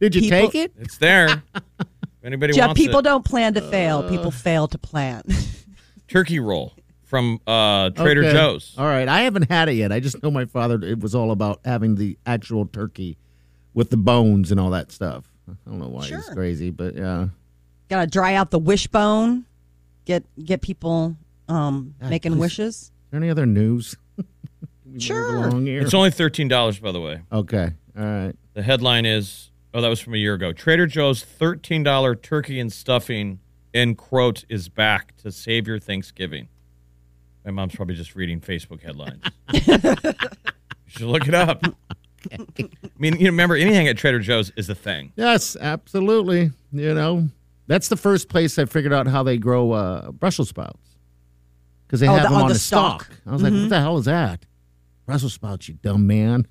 [SPEAKER 4] did you
[SPEAKER 7] people-
[SPEAKER 4] take it
[SPEAKER 5] It's there. If anybody
[SPEAKER 7] Jeff,
[SPEAKER 5] wants
[SPEAKER 7] people
[SPEAKER 5] it.
[SPEAKER 7] don't plan to
[SPEAKER 4] Uh.
[SPEAKER 7] fail. People fail to plan.
[SPEAKER 5] turkey roll from uh, Trader
[SPEAKER 4] Okay.
[SPEAKER 5] Joe's.
[SPEAKER 4] all right i haven't had it yet i just know my father it was all about having the actual turkey with the bones and all that stuff i don't know why he's
[SPEAKER 7] Sure.
[SPEAKER 4] crazy but yeah
[SPEAKER 7] Gotta dry out the wishbone. Get get people um
[SPEAKER 4] God,
[SPEAKER 7] making
[SPEAKER 4] please.
[SPEAKER 7] wishes.
[SPEAKER 4] is there any other news We move
[SPEAKER 7] Sure.
[SPEAKER 4] along here?
[SPEAKER 5] It's only thirteen dollars, by the way.
[SPEAKER 4] okay all right
[SPEAKER 5] The headline is oh, that was from a year ago. Trader Joe's thirteen dollar turkey and stuffing in quote is back to save your Thanksgiving. My mom's probably just reading Facebook headlines. should look it up. I mean, you remember anything at Trader Joe's is the thing.
[SPEAKER 4] Yes, absolutely. You know, that's the first place I figured out how they grow uh, Brussels sprouts because they
[SPEAKER 10] Oh,
[SPEAKER 4] have
[SPEAKER 10] the-
[SPEAKER 4] them
[SPEAKER 10] on
[SPEAKER 4] on
[SPEAKER 10] the
[SPEAKER 4] a stalk.
[SPEAKER 10] stalk.
[SPEAKER 4] I was like,
[SPEAKER 10] Mhm.
[SPEAKER 4] what the hell is that? Brussels sprouts, you dumb man.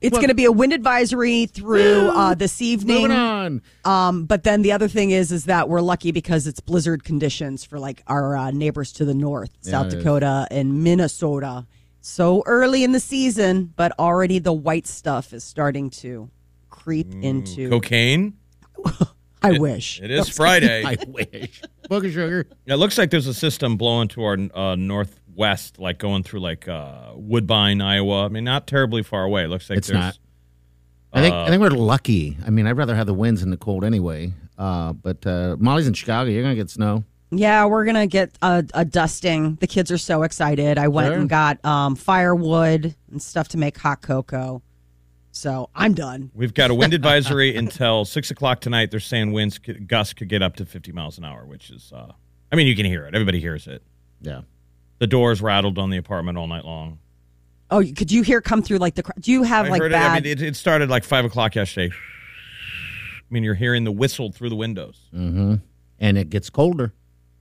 [SPEAKER 7] It's going to be a wind advisory through uh, this evening.
[SPEAKER 4] Moving on.
[SPEAKER 7] Um, but then the other thing is, is that we're lucky because it's blizzard conditions for like our uh, neighbors to the north,
[SPEAKER 4] Yeah,
[SPEAKER 7] South
[SPEAKER 4] it is.
[SPEAKER 7] Dakota and Minnesota. So early in the season, but already the white stuff is starting to creep into.
[SPEAKER 5] Cocaine.
[SPEAKER 7] I wish
[SPEAKER 5] It is Friday.
[SPEAKER 4] I wish. Book of sugar.
[SPEAKER 5] It looks like there's a system blowing to our uh, northwest, like going through like uh, Woodbine, Iowa. I mean, not terribly far away. It looks like
[SPEAKER 4] It's
[SPEAKER 5] there's,
[SPEAKER 4] not. I think
[SPEAKER 5] uh,
[SPEAKER 4] I think we're lucky. I mean, I'd rather have the winds than the cold anyway. Uh, but uh, Molly's in Chicago. You're gonna get snow.
[SPEAKER 7] Yeah, we're gonna get a, a dusting. The kids are so excited. I went
[SPEAKER 4] Sure.
[SPEAKER 7] and got um, firewood and stuff to make hot cocoa. So I'm done.
[SPEAKER 5] We've got a wind advisory until six o'clock tonight. They're saying winds could, gusts could get up to fifty miles an hour, which is, uh, I mean, you can hear it. Everybody hears it.
[SPEAKER 4] Yeah.
[SPEAKER 5] The doors rattled on the apartment all night long.
[SPEAKER 7] Oh, could you hear come through like the? cr- Do you have
[SPEAKER 5] I
[SPEAKER 7] like
[SPEAKER 5] heard
[SPEAKER 7] bad?
[SPEAKER 5] It, I mean, it, it started like five o'clock yesterday. I mean, you're hearing the whistle through the windows.
[SPEAKER 4] Mm-hmm. And it gets colder.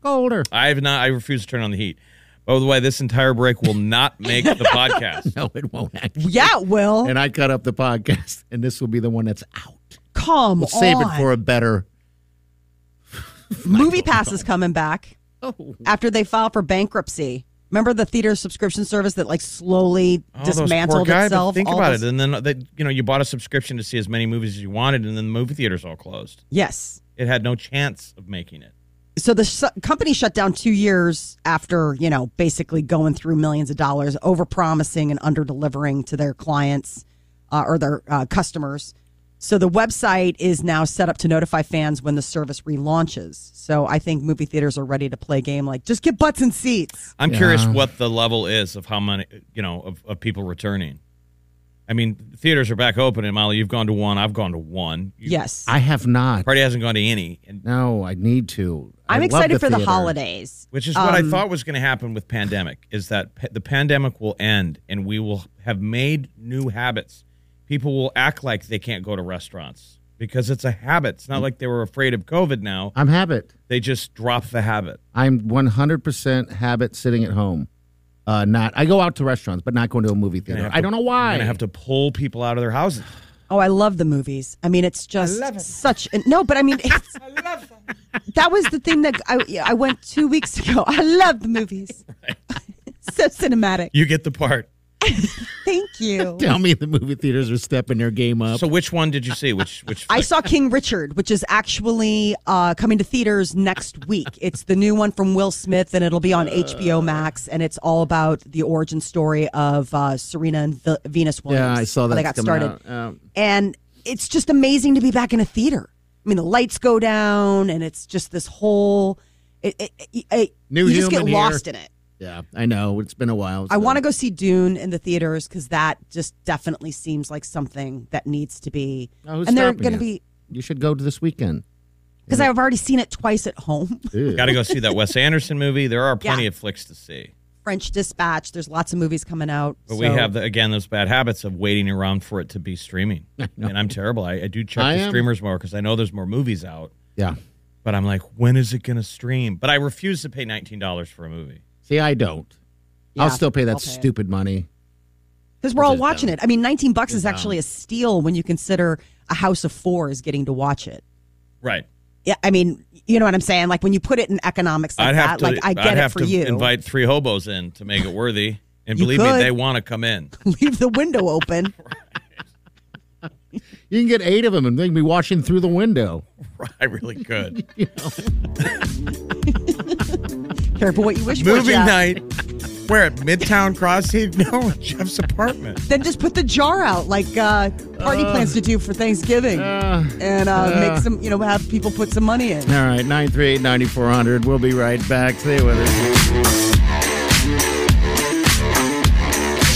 [SPEAKER 4] Colder.
[SPEAKER 5] I've not. I refuse to turn on the heat. By the way, this entire break will not make the podcast.
[SPEAKER 4] No, it won't. Actually.
[SPEAKER 7] Yeah, it will.
[SPEAKER 4] And I cut up the podcast, and this will be the one that's out.
[SPEAKER 7] Come
[SPEAKER 4] We'll save it
[SPEAKER 7] on.
[SPEAKER 4] for a better.
[SPEAKER 7] Movie Pass is coming back
[SPEAKER 4] Oh.
[SPEAKER 7] after they file for bankruptcy. Remember the theater subscription service that like slowly
[SPEAKER 5] Oh, those poor
[SPEAKER 7] dismantled
[SPEAKER 5] guy, but
[SPEAKER 7] itself.
[SPEAKER 5] Think
[SPEAKER 7] All
[SPEAKER 5] about
[SPEAKER 7] those-
[SPEAKER 5] it, and then that you know you bought a subscription to see as many movies as you wanted, and then the movie theaters all closed.
[SPEAKER 7] Yes.
[SPEAKER 5] It had no chance of making it.
[SPEAKER 7] so the sh- company shut down two years after you know basically going through millions of dollars over promising and under delivering to their clients uh, or their uh, customers so the website is now set up to notify fans when the service relaunches so i think movie theaters are ready to play a game like just get butts and seats
[SPEAKER 5] I'm curious
[SPEAKER 4] Yeah.
[SPEAKER 5] what the level is of how many you know of, of people returning. I mean, theaters are back open, and Molly, you've gone to one. I've gone to one. You-
[SPEAKER 7] yes
[SPEAKER 4] I have not.
[SPEAKER 5] Party hasn't gone to any, and,
[SPEAKER 4] No, I need to. I
[SPEAKER 7] i'm
[SPEAKER 4] love
[SPEAKER 7] excited for the
[SPEAKER 4] theater.
[SPEAKER 7] holidays
[SPEAKER 5] which is what I
[SPEAKER 7] Um,
[SPEAKER 5] thought was going to happen with pandemic. Is that pa- the pandemic will end, and we will have made new habits. People will act like they can't go to restaurants because it's a habit. It's not like they were afraid of COVID now.
[SPEAKER 4] I'm habit.
[SPEAKER 5] They just drop the habit.
[SPEAKER 4] I'm 100% habit sitting at home. Uh, not I go out to restaurants, but not going to a movie
[SPEAKER 5] Gonna
[SPEAKER 4] theater.
[SPEAKER 5] have
[SPEAKER 4] I
[SPEAKER 5] to-
[SPEAKER 4] don't know
[SPEAKER 5] I'm
[SPEAKER 4] why.
[SPEAKER 5] gonna have to pull people out of their houses.
[SPEAKER 7] Oh, I love the movies. I mean, it's just such an, no, but I mean, it's, that was the thing that I yeah, I went two weeks ago. I love the movies. so cinematic.
[SPEAKER 5] You get the part.
[SPEAKER 7] Thank you.
[SPEAKER 4] Tell me the movie theaters are stepping their game up.
[SPEAKER 5] So which one did you see? Which which
[SPEAKER 7] I saw King Richard, which is actually uh, coming to theaters next week. It's the new one from Will Smith, and it'll be on
[SPEAKER 4] Uh.
[SPEAKER 7] HBO Max. And it's all about the origin story of uh, Serena and v- Venus Williams.
[SPEAKER 4] yeah, I saw
[SPEAKER 7] how
[SPEAKER 4] that.
[SPEAKER 7] They got started.
[SPEAKER 4] Um,
[SPEAKER 7] and it's just amazing to be back in a theater. I mean, the lights go down, and it's just this whole. It, it, it, it-
[SPEAKER 4] New
[SPEAKER 7] you just get
[SPEAKER 4] human here.
[SPEAKER 7] lost in it.
[SPEAKER 4] yeah, I know. It's been a while.
[SPEAKER 7] I want to go see Dune in the theaters because that just definitely seems like something that needs to be.
[SPEAKER 4] Oh, who's
[SPEAKER 7] and they're
[SPEAKER 4] stopping
[SPEAKER 7] going to
[SPEAKER 4] you?
[SPEAKER 7] be
[SPEAKER 4] You should go to this weekend.
[SPEAKER 7] because I've already seen it twice at home.
[SPEAKER 5] Got to go see that Wes Anderson movie. There are plenty
[SPEAKER 7] Yeah.
[SPEAKER 5] of flicks to see,
[SPEAKER 7] French Dispatch. There's lots of movies coming out.
[SPEAKER 5] but we
[SPEAKER 7] so-
[SPEAKER 5] have the, again those bad habits of waiting around for it to be streaming. And I'm terrible. I, I do check
[SPEAKER 4] I
[SPEAKER 5] the
[SPEAKER 4] am.
[SPEAKER 5] streamers more because I know there's more movies out.
[SPEAKER 4] Yeah.
[SPEAKER 5] But I'm like, when is it going to stream? But I refuse to pay nineteen dollars for a movie.
[SPEAKER 4] See, I don't.
[SPEAKER 7] Yeah,
[SPEAKER 4] I'll still pay that
[SPEAKER 7] I'll pay it.
[SPEAKER 4] stupid money.
[SPEAKER 7] Because we're all
[SPEAKER 4] Just
[SPEAKER 7] watching it. I mean, 19 bucks is
[SPEAKER 4] Just
[SPEAKER 7] actually a steal when you consider a house of four is getting to watch it.
[SPEAKER 5] Right.
[SPEAKER 7] Yeah, I mean, you know what I'm saying? Like when you put it in economics like
[SPEAKER 5] I'd
[SPEAKER 7] that,
[SPEAKER 5] have to.
[SPEAKER 7] like I
[SPEAKER 5] would
[SPEAKER 7] get it
[SPEAKER 5] have
[SPEAKER 7] for
[SPEAKER 5] to
[SPEAKER 7] you.
[SPEAKER 5] invite three hobos in to make it worthy. And
[SPEAKER 7] You
[SPEAKER 5] believe me,
[SPEAKER 7] could.
[SPEAKER 5] they want to come in.
[SPEAKER 7] Leave the window open.
[SPEAKER 4] You can get eight of them and they can be watching through the window.
[SPEAKER 5] I really could.
[SPEAKER 7] Careful what you wish for.
[SPEAKER 5] Movie
[SPEAKER 7] Jeff.
[SPEAKER 5] night. Where at Midtown Crossing? No, Jeff's apartment.
[SPEAKER 7] Then just put the jar out like uh, party plans to do for Thanksgiving, and uh,
[SPEAKER 4] uh.
[SPEAKER 7] make some. You know, have people put some money in.
[SPEAKER 4] All right, 938 9400. We'll be right back. Stay with us.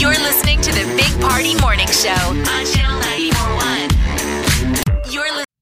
[SPEAKER 3] You're listening to the Big Party Morning Show on Channel 941. You're listening.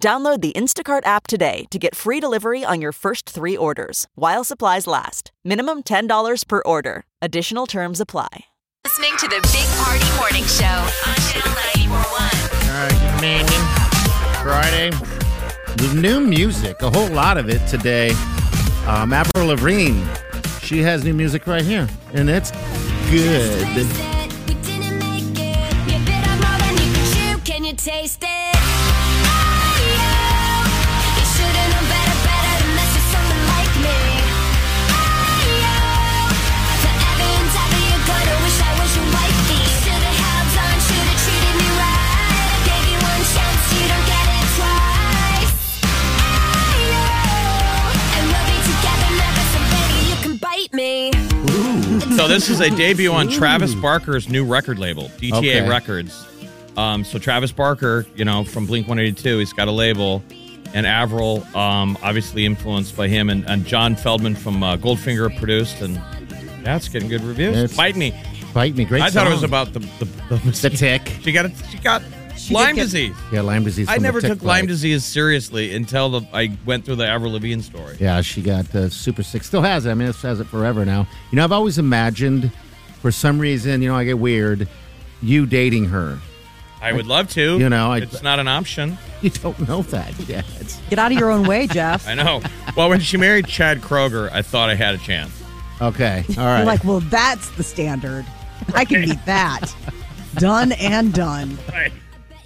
[SPEAKER 13] Download the Instacart app today to get free delivery on your first three orders while supplies last. Minimum $10 per order. Additional terms apply.
[SPEAKER 3] Listening to the Big Party Morning Show on Channel 941.
[SPEAKER 4] All right, man. Friday. The new music, a whole lot of it today. Um, Avril Lavigne, she has new music right here, and it's good.
[SPEAKER 9] Can you taste it? Ah, yeah. You should've known better, better than this is someone like me. Ah, yeah. Forever and ever you're gonna wish I was your wifey. Should've held on, should've treated me right. I gave you one chance, you don't get it twice. Ah, yeah. And we'll be together never, so baby you can bite me.
[SPEAKER 5] So this is a debut on Travis Barker's new record label, DTA
[SPEAKER 4] Okay.
[SPEAKER 5] Records. Um, so Travis Barker, you know, from Blink 182, he's got a label, and Avril, um, obviously influenced by him, and, and John Feldman from uh, Goldfinger produced, and that's getting good reviews.
[SPEAKER 4] It's-
[SPEAKER 5] Bite me.
[SPEAKER 4] Bite me, great.
[SPEAKER 5] I thought it was
[SPEAKER 4] song.
[SPEAKER 5] about the the,
[SPEAKER 4] the tick.
[SPEAKER 5] She got a, she got Lyme disease.
[SPEAKER 4] Yeah, Lyme disease.
[SPEAKER 5] I
[SPEAKER 4] from the
[SPEAKER 5] never
[SPEAKER 4] tick
[SPEAKER 5] took Lyme
[SPEAKER 4] bite.
[SPEAKER 5] disease seriously until the, I went through the Avril Lavigne story.
[SPEAKER 4] Yeah, she got uh, super sick. Still has it. I mean, it has it forever now. You know, I've always imagined, for some reason, you know, I get weird, you dating her.
[SPEAKER 5] I would love to.
[SPEAKER 4] You know, I-
[SPEAKER 5] it's not an option.
[SPEAKER 4] You don't know that yet.
[SPEAKER 7] Get out of your own way, Jeff.
[SPEAKER 5] I know. Well, when she married Chad Kroger, I thought I had a chance.
[SPEAKER 4] Okay, all
[SPEAKER 7] You're
[SPEAKER 4] right.
[SPEAKER 7] like, well, that's the standard. I can beat that. done and done.
[SPEAKER 4] yeah,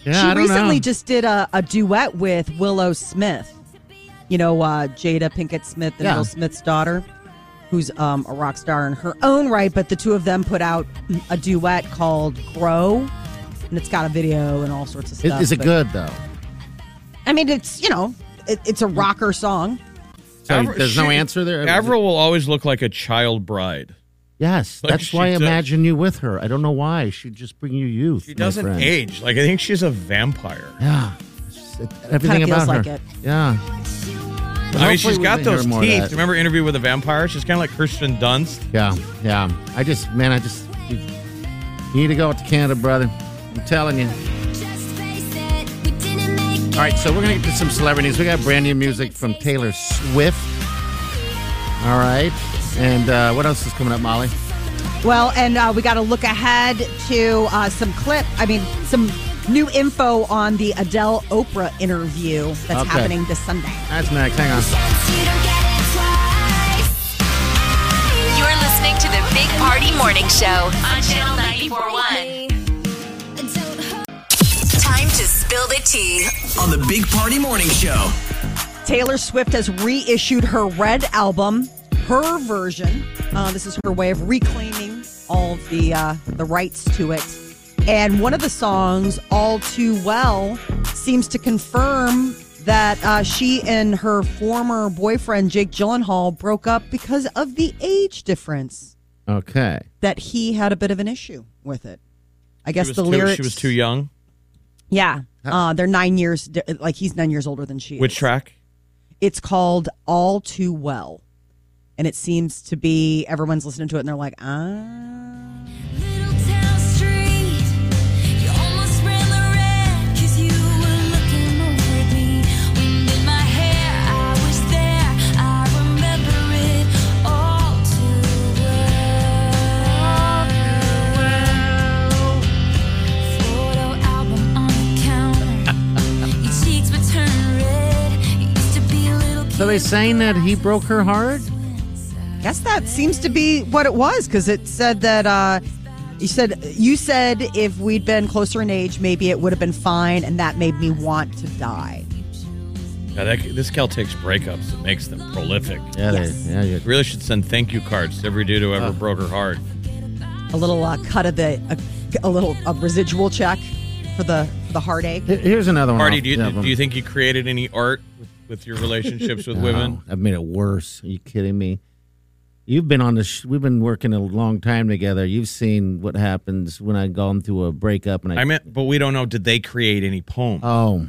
[SPEAKER 7] she
[SPEAKER 4] I don't
[SPEAKER 7] recently
[SPEAKER 4] know.
[SPEAKER 7] just did a, a duet with Willow Smith. You know, uh, Jada Pinkett Smith, the
[SPEAKER 4] Yeah.
[SPEAKER 7] Will Smith's daughter, who's um, a rock star in her own right. But the two of them put out a duet called "Grow," and it's got a video and all sorts of
[SPEAKER 4] Is,
[SPEAKER 7] stuff.
[SPEAKER 4] is it
[SPEAKER 7] but-
[SPEAKER 4] good though?
[SPEAKER 7] I mean, it's you know, it, it's a rocker song.
[SPEAKER 4] So
[SPEAKER 5] Avril-
[SPEAKER 4] there's no
[SPEAKER 5] she-
[SPEAKER 4] answer there.
[SPEAKER 5] Avril will always look like a child bride.
[SPEAKER 4] Yes,
[SPEAKER 5] Like
[SPEAKER 4] that's
[SPEAKER 5] she
[SPEAKER 4] why I
[SPEAKER 5] does-
[SPEAKER 4] imagine you with her. I don't know why. She just bring you youth.
[SPEAKER 5] She doesn't
[SPEAKER 4] my friend.
[SPEAKER 5] age. Like I think she's a vampire.
[SPEAKER 4] Yeah, It's just- it- everything
[SPEAKER 7] feels
[SPEAKER 4] about
[SPEAKER 7] like
[SPEAKER 4] her.
[SPEAKER 7] it.
[SPEAKER 4] Yeah. But
[SPEAKER 5] I mean,
[SPEAKER 4] hopefully
[SPEAKER 5] she's
[SPEAKER 4] we
[SPEAKER 5] got
[SPEAKER 4] hear
[SPEAKER 5] those
[SPEAKER 4] more of
[SPEAKER 5] teeth.
[SPEAKER 4] that.
[SPEAKER 5] Remember Interview with a Vampire? She's kind of like Kirsten Dunst.
[SPEAKER 4] Yeah, yeah. I just, man, I just, you, you need to go out to Canada, brother. I'm telling you. All right, so we're going to get to some celebrities. We got brand new music from Taylor Swift. All right. And uh, what else is coming up, Molly?
[SPEAKER 7] Well, and uh, we got to look ahead to uh, some clip. I mean, some new info on the Adele Oprah interview that's
[SPEAKER 4] Okay.
[SPEAKER 7] happening this Sunday.
[SPEAKER 4] That's next. Hang on.
[SPEAKER 3] You're listening to the Big Party Morning Show on Channel 941. Time to spill the tea.
[SPEAKER 8] On the Big Party Morning Show.
[SPEAKER 7] Taylor Swift has reissued her Red album, her version. Uh, this is her way of reclaiming all of the uh, the rights to it. And one of the songs, "All Too Well," seems to confirm that uh, she and her former boyfriend Jake Gyllenhaal broke up because of the age difference.
[SPEAKER 4] Okay.
[SPEAKER 7] That he had a bit of an issue with it. I guess
[SPEAKER 5] she was
[SPEAKER 7] the
[SPEAKER 5] too,
[SPEAKER 7] lyrics.
[SPEAKER 5] She was too young.
[SPEAKER 7] Yeah, uh, they're nine years. di- Like he's nine years older than she.
[SPEAKER 5] Which
[SPEAKER 7] is.
[SPEAKER 5] track?
[SPEAKER 7] It's called All Too Well. And it seems to be everyone's listening to it and they're like, ah.
[SPEAKER 4] So they saying that he broke her heart?
[SPEAKER 7] Guess that seems to be what it was because it said that uh, you said you said if we'd been closer in age, maybe it would have been fine, and that made me want to die.
[SPEAKER 5] Yeah, that, this gal takes breakups and makes them prolific.
[SPEAKER 4] Yeah,
[SPEAKER 7] Yes.
[SPEAKER 4] they, yeah, yeah.
[SPEAKER 5] Really should send thank you cards to every dude who ever broke her heart.
[SPEAKER 7] A little uh, cut of the a, a little a residual check for the for the heartache.
[SPEAKER 4] Here- Here's another one.
[SPEAKER 5] Party,
[SPEAKER 4] off
[SPEAKER 5] do you,
[SPEAKER 4] the
[SPEAKER 5] do
[SPEAKER 4] album.
[SPEAKER 5] you think you created any art with, with your relationships with
[SPEAKER 4] No,
[SPEAKER 5] women?
[SPEAKER 4] I've made it worse. Are you kidding me? You've been on the. Sh- we've been working a long time together. You've seen what happens when I've gone through a breakup, and I.
[SPEAKER 5] I meant, but we don't know. Did they create any poems?
[SPEAKER 4] oh,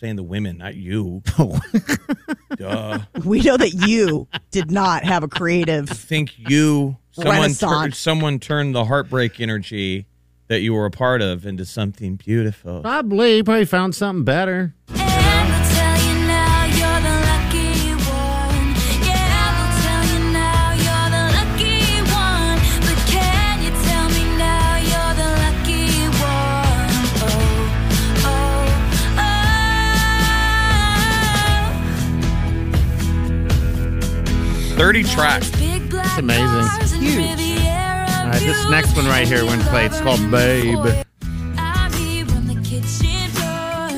[SPEAKER 5] Saying the women, not you. Duh.
[SPEAKER 7] We know that you did not have a
[SPEAKER 5] I
[SPEAKER 7] creative.
[SPEAKER 5] think you someone tur-
[SPEAKER 7] Renaissance.
[SPEAKER 5] someone turned the heartbreak energy that you were a part of into something beautiful.
[SPEAKER 4] probably you probably found something better.
[SPEAKER 9] Oh, oh.
[SPEAKER 5] Thirty tracks.
[SPEAKER 9] It's
[SPEAKER 4] amazing. All right, this next one right here when played. It's called Babe.
[SPEAKER 9] I'm here on the kitchen floor.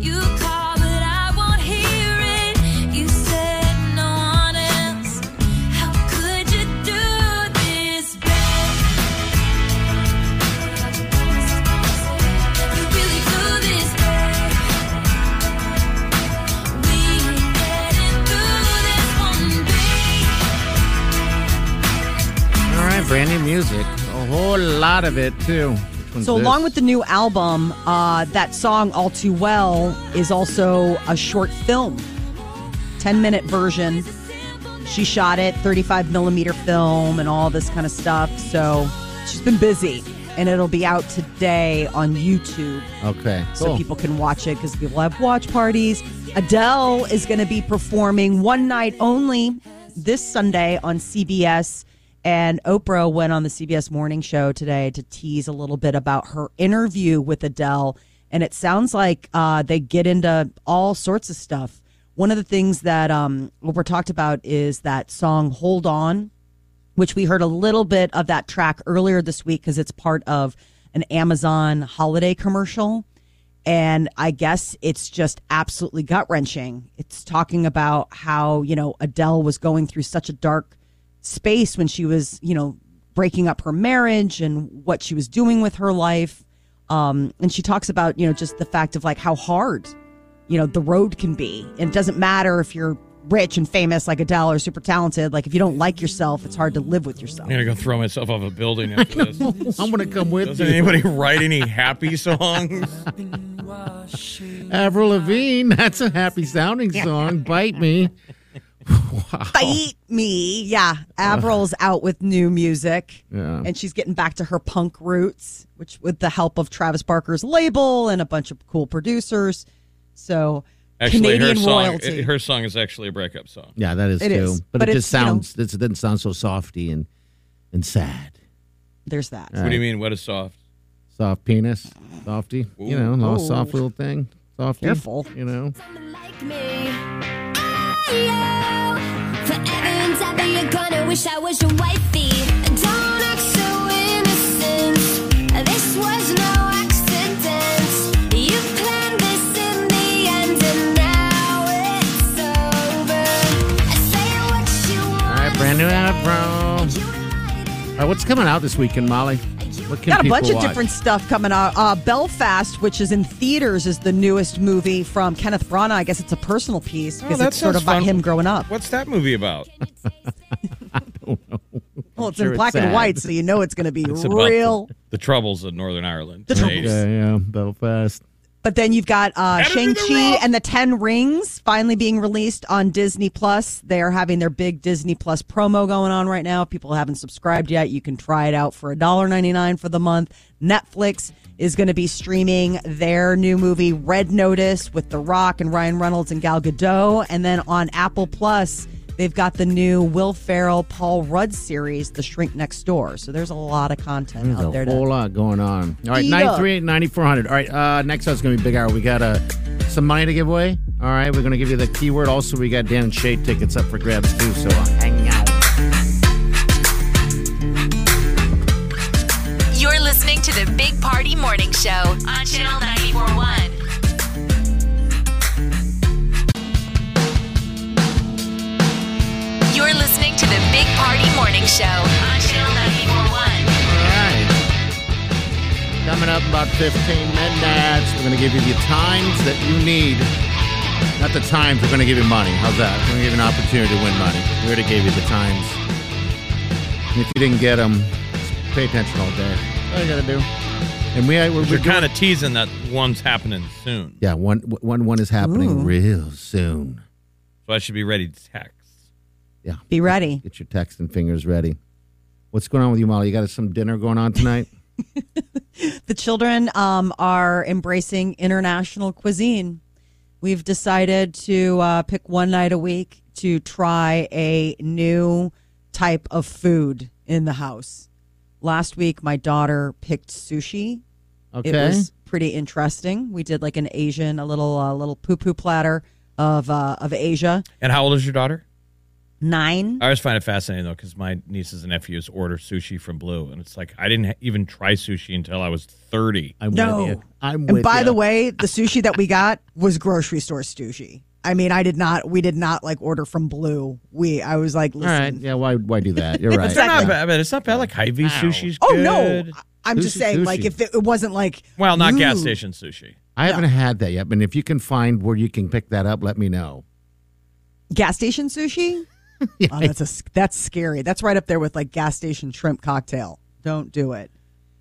[SPEAKER 9] You call, but I won't hear it. You said no one else. How could you do this, babe? You really do this, babe. We ain't getting through this one,
[SPEAKER 4] All right, brand new music. A whole lot of it too. Which one's
[SPEAKER 7] So
[SPEAKER 4] this?
[SPEAKER 7] along with the new album, uh, that song "All Too Well" is also a short film, ten-minute version. She shot it, thirty-five millimeter film, and all this kind of stuff. So she's been busy, and it'll be out today on YouTube.
[SPEAKER 4] Okay,
[SPEAKER 7] so
[SPEAKER 4] cool.
[SPEAKER 7] people can watch it because people have watch parties. Adele is going to be performing one night only this Sunday on CBS. And Oprah went on the CBS morning show today to tease a little bit about her interview with Adele. And it sounds like uh, they get into all sorts of stuff. One of the things that um, Oprah talked about is that song Hold On which we heard a little bit of that track earlier this week because it's part of an Amazon holiday commercial. And I guess it's just absolutely gut wrenching. It's talking about how, you know, Adele was going through such a dark space when she was, you know, breaking up her marriage and what she was doing with her life. Um, and she talks about, you know, just the fact of like how hard, you know, the road can be. And it doesn't matter if you're rich and famous like Adele or super talented. Like if you don't like yourself, it's hard to live with yourself.
[SPEAKER 5] I'm gonna go throw myself off a building after this.
[SPEAKER 4] I'm gonna come with
[SPEAKER 5] Doesn't
[SPEAKER 4] you.
[SPEAKER 5] anybody write any happy songs?
[SPEAKER 4] Avril Lavigne. That's a happy sounding song. Bite me.
[SPEAKER 7] Bite me. Yeah. Avril's out with new music.
[SPEAKER 4] Yeah.
[SPEAKER 7] And she's getting back to her punk roots, which with the help of Travis Barker's label and a bunch of cool producers. So
[SPEAKER 5] Actually,
[SPEAKER 7] Canadian
[SPEAKER 5] her song
[SPEAKER 7] royalty.
[SPEAKER 5] her song is actually a breakup song.
[SPEAKER 4] Yeah, that is
[SPEAKER 7] It
[SPEAKER 4] too.
[SPEAKER 7] is,
[SPEAKER 4] But,
[SPEAKER 7] but
[SPEAKER 4] it
[SPEAKER 7] it's,
[SPEAKER 4] just
[SPEAKER 7] you know-
[SPEAKER 4] sounds. It doesn't sound so softy and and sad.
[SPEAKER 7] There's that.
[SPEAKER 5] What do you mean? What is soft?
[SPEAKER 4] Soft penis, softy. You know, little soft little thing. Softy.
[SPEAKER 7] Careful.
[SPEAKER 4] You know.
[SPEAKER 9] Oh, Forever inside me, you're gonna wish I was your wifey. Don't act so innocent. This was no accident. You planned this in the end, and now it's over. Say what you
[SPEAKER 4] All right, brand new Avril. All right, what's coming out this weekend, Molly? What can
[SPEAKER 7] Got a
[SPEAKER 4] people
[SPEAKER 7] bunch of
[SPEAKER 4] watch?
[SPEAKER 7] different stuff coming out. Uh, Belfast, which is in theaters, is the newest movie from Kenneth Branagh. I guess it's a personal piece because
[SPEAKER 5] Oh, that
[SPEAKER 7] it's sort
[SPEAKER 5] sounds
[SPEAKER 7] of about
[SPEAKER 5] fun.
[SPEAKER 7] him growing up.
[SPEAKER 5] What's that movie about?
[SPEAKER 7] Well, it's
[SPEAKER 4] sure
[SPEAKER 7] in
[SPEAKER 4] it's
[SPEAKER 7] black and
[SPEAKER 4] sad.
[SPEAKER 7] white, so you know it's going to be
[SPEAKER 5] It's about
[SPEAKER 7] real.
[SPEAKER 5] the, the troubles of Northern Ireland.
[SPEAKER 7] The troubles.
[SPEAKER 4] Yeah, yeah, Belfast.
[SPEAKER 7] But then you've got uh,
[SPEAKER 5] Enemy
[SPEAKER 7] Shang
[SPEAKER 5] the
[SPEAKER 7] Chi
[SPEAKER 5] Rock.
[SPEAKER 7] and the Ten Rings finally being released on Disney Plus. They are having their big Disney Plus promo going on right now. If people haven't subscribed yet, you can try it out for $1.99 for the month. Netflix is going to be streaming their new movie Red Notice with The Rock and Ryan Reynolds and Gal Gadot, and then on Apple Plus. They've got the new Will Ferrell, Paul Rudd series, The Shrink Next Door. So there's a lot of content
[SPEAKER 4] There's
[SPEAKER 7] out
[SPEAKER 4] a
[SPEAKER 7] there. to-
[SPEAKER 4] whole lot going on. All right,
[SPEAKER 7] Eat up.
[SPEAKER 4] 938 9400. All right, uh, next up is going to be Big Hour. We got uh, some money to give away. All right, we're going to give you the keyword. Also, we got Dan and Shay tickets up for grabs, too. So uh, hang out.
[SPEAKER 3] You're listening to the Big Party Morning Show on Channel 941. You're listening to the Big Party Morning Show on Channel 941.
[SPEAKER 4] All right. Coming up about 15 minutes, we're going to give you the times that you need. Not the times, we're going to give you money. How's that? We're going to give you an opportunity to win money. We already gave you the times. If you didn't get them, pay attention all day. All you gotta do. And we uh, we're,
[SPEAKER 5] You're
[SPEAKER 4] we're
[SPEAKER 5] kind of teasing that one's happening soon,
[SPEAKER 4] yeah one one one is happening
[SPEAKER 5] Ooh.
[SPEAKER 4] real soon.
[SPEAKER 5] so I should be ready to text.
[SPEAKER 4] Yeah,
[SPEAKER 7] be ready.
[SPEAKER 4] Get your text and fingers ready. What's going on with you, Molly? You got some dinner going on tonight?
[SPEAKER 7] The children um, are embracing international cuisine. We've decided to uh, pick one night a week to try a new type of food in the house. Last week, my daughter picked sushi. It
[SPEAKER 4] Okay.
[SPEAKER 7] was pretty interesting. We did like an Asian, a little uh, little poo poo platter of uh, of Asia.
[SPEAKER 5] And how old is your daughter?
[SPEAKER 7] Nine.
[SPEAKER 5] I always find it fascinating though, because my nieces and nephews order sushi from Blue, and it's like I didn't ha- even try sushi until I was thirty.
[SPEAKER 4] I'm
[SPEAKER 7] No.
[SPEAKER 4] I'm
[SPEAKER 7] and by the way, the sushi that we got was grocery store sushi. I mean, I did not. We did not like order from Blue. We. I was like,
[SPEAKER 4] All
[SPEAKER 7] listen.
[SPEAKER 4] right. Yeah. Why why do that? You're right.
[SPEAKER 5] It's not bad, but it's not bad. Like Hy-Vee sushi's
[SPEAKER 7] Oh
[SPEAKER 5] good.
[SPEAKER 7] no! I'm just
[SPEAKER 4] Sushi,
[SPEAKER 7] saying, like,
[SPEAKER 4] sushi.
[SPEAKER 7] if it, it wasn't like
[SPEAKER 5] Well, not gas
[SPEAKER 7] ooh.
[SPEAKER 5] station sushi.
[SPEAKER 4] I haven't had that yet, but if you can find where you can pick that up, let me know.
[SPEAKER 7] gas station sushi. Oh, that's a s- that's scary. That's right up there with like gas station shrimp cocktail. Don't do it.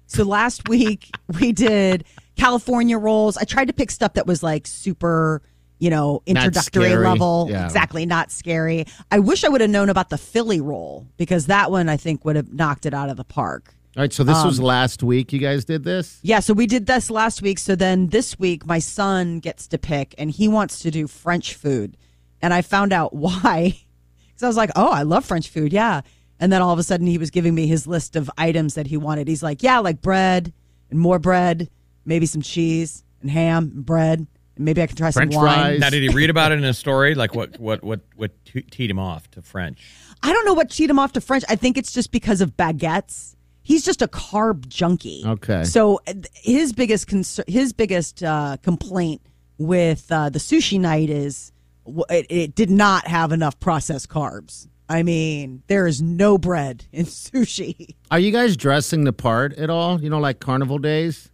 [SPEAKER 7] So last week we did California rolls. I tried to pick stuff that was like super, you know,
[SPEAKER 4] Not
[SPEAKER 7] introductory
[SPEAKER 4] scary.
[SPEAKER 7] level.
[SPEAKER 4] Yeah.
[SPEAKER 7] Exactly, not scary. I wish I would have known about the Philly roll because that one I think would have knocked it out of the park.
[SPEAKER 4] All right. So this was
[SPEAKER 7] Um,
[SPEAKER 4] last week. You guys did this.
[SPEAKER 7] Yeah, so we did this last week. So then this week, my son gets to pick, and he wants to do French food. And I found out why because I was like, "Oh, I love French food, yeah." And then all of a sudden, he was giving me his list of items that he wanted. He's like, "Yeah, like bread and more bread, maybe some cheese and ham and bread, and maybe I can try some wine."
[SPEAKER 5] Now, did he read about it in a story? Like what? What? What? What te- teed him off to French?
[SPEAKER 7] I don't know what cheat him off to French. I think it's just because of baguettes. He's just a carb junkie.
[SPEAKER 4] Okay.
[SPEAKER 7] So uh, th- his biggest concern, his biggest uh, complaint with uh, the sushi night is w- it, it did not have enough processed carbs. I mean, there is no bread in sushi.
[SPEAKER 4] Are you guys dressing the part at all? You know, like carnival days.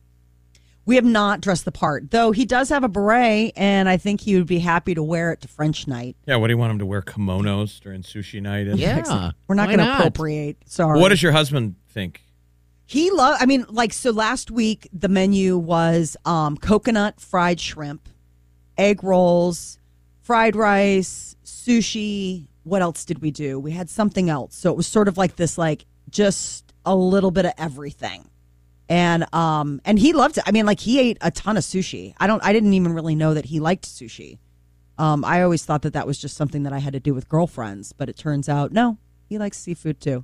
[SPEAKER 7] We have not dressed the part, though. He does have a beret, and I think he would be happy to wear it to French night.
[SPEAKER 5] Yeah. What do you want him to wear? Kimonos during sushi night? And
[SPEAKER 4] Yeah.
[SPEAKER 7] We're not
[SPEAKER 4] Why
[SPEAKER 7] going to appropriate. Sorry.
[SPEAKER 5] What does your husband think?
[SPEAKER 7] He love. I mean, like so. Last week the menu was um, coconut fried shrimp, egg rolls, fried rice, sushi. What else did we do? We had something else. So it was sort of like this, like just a little bit of everything. And um, and he loved it. I mean, like he ate a ton of sushi. I don't. I didn't even really know that he liked sushi. Um, I always thought that that was just something that I had to do with girlfriends, but it turns out no, he likes seafood too.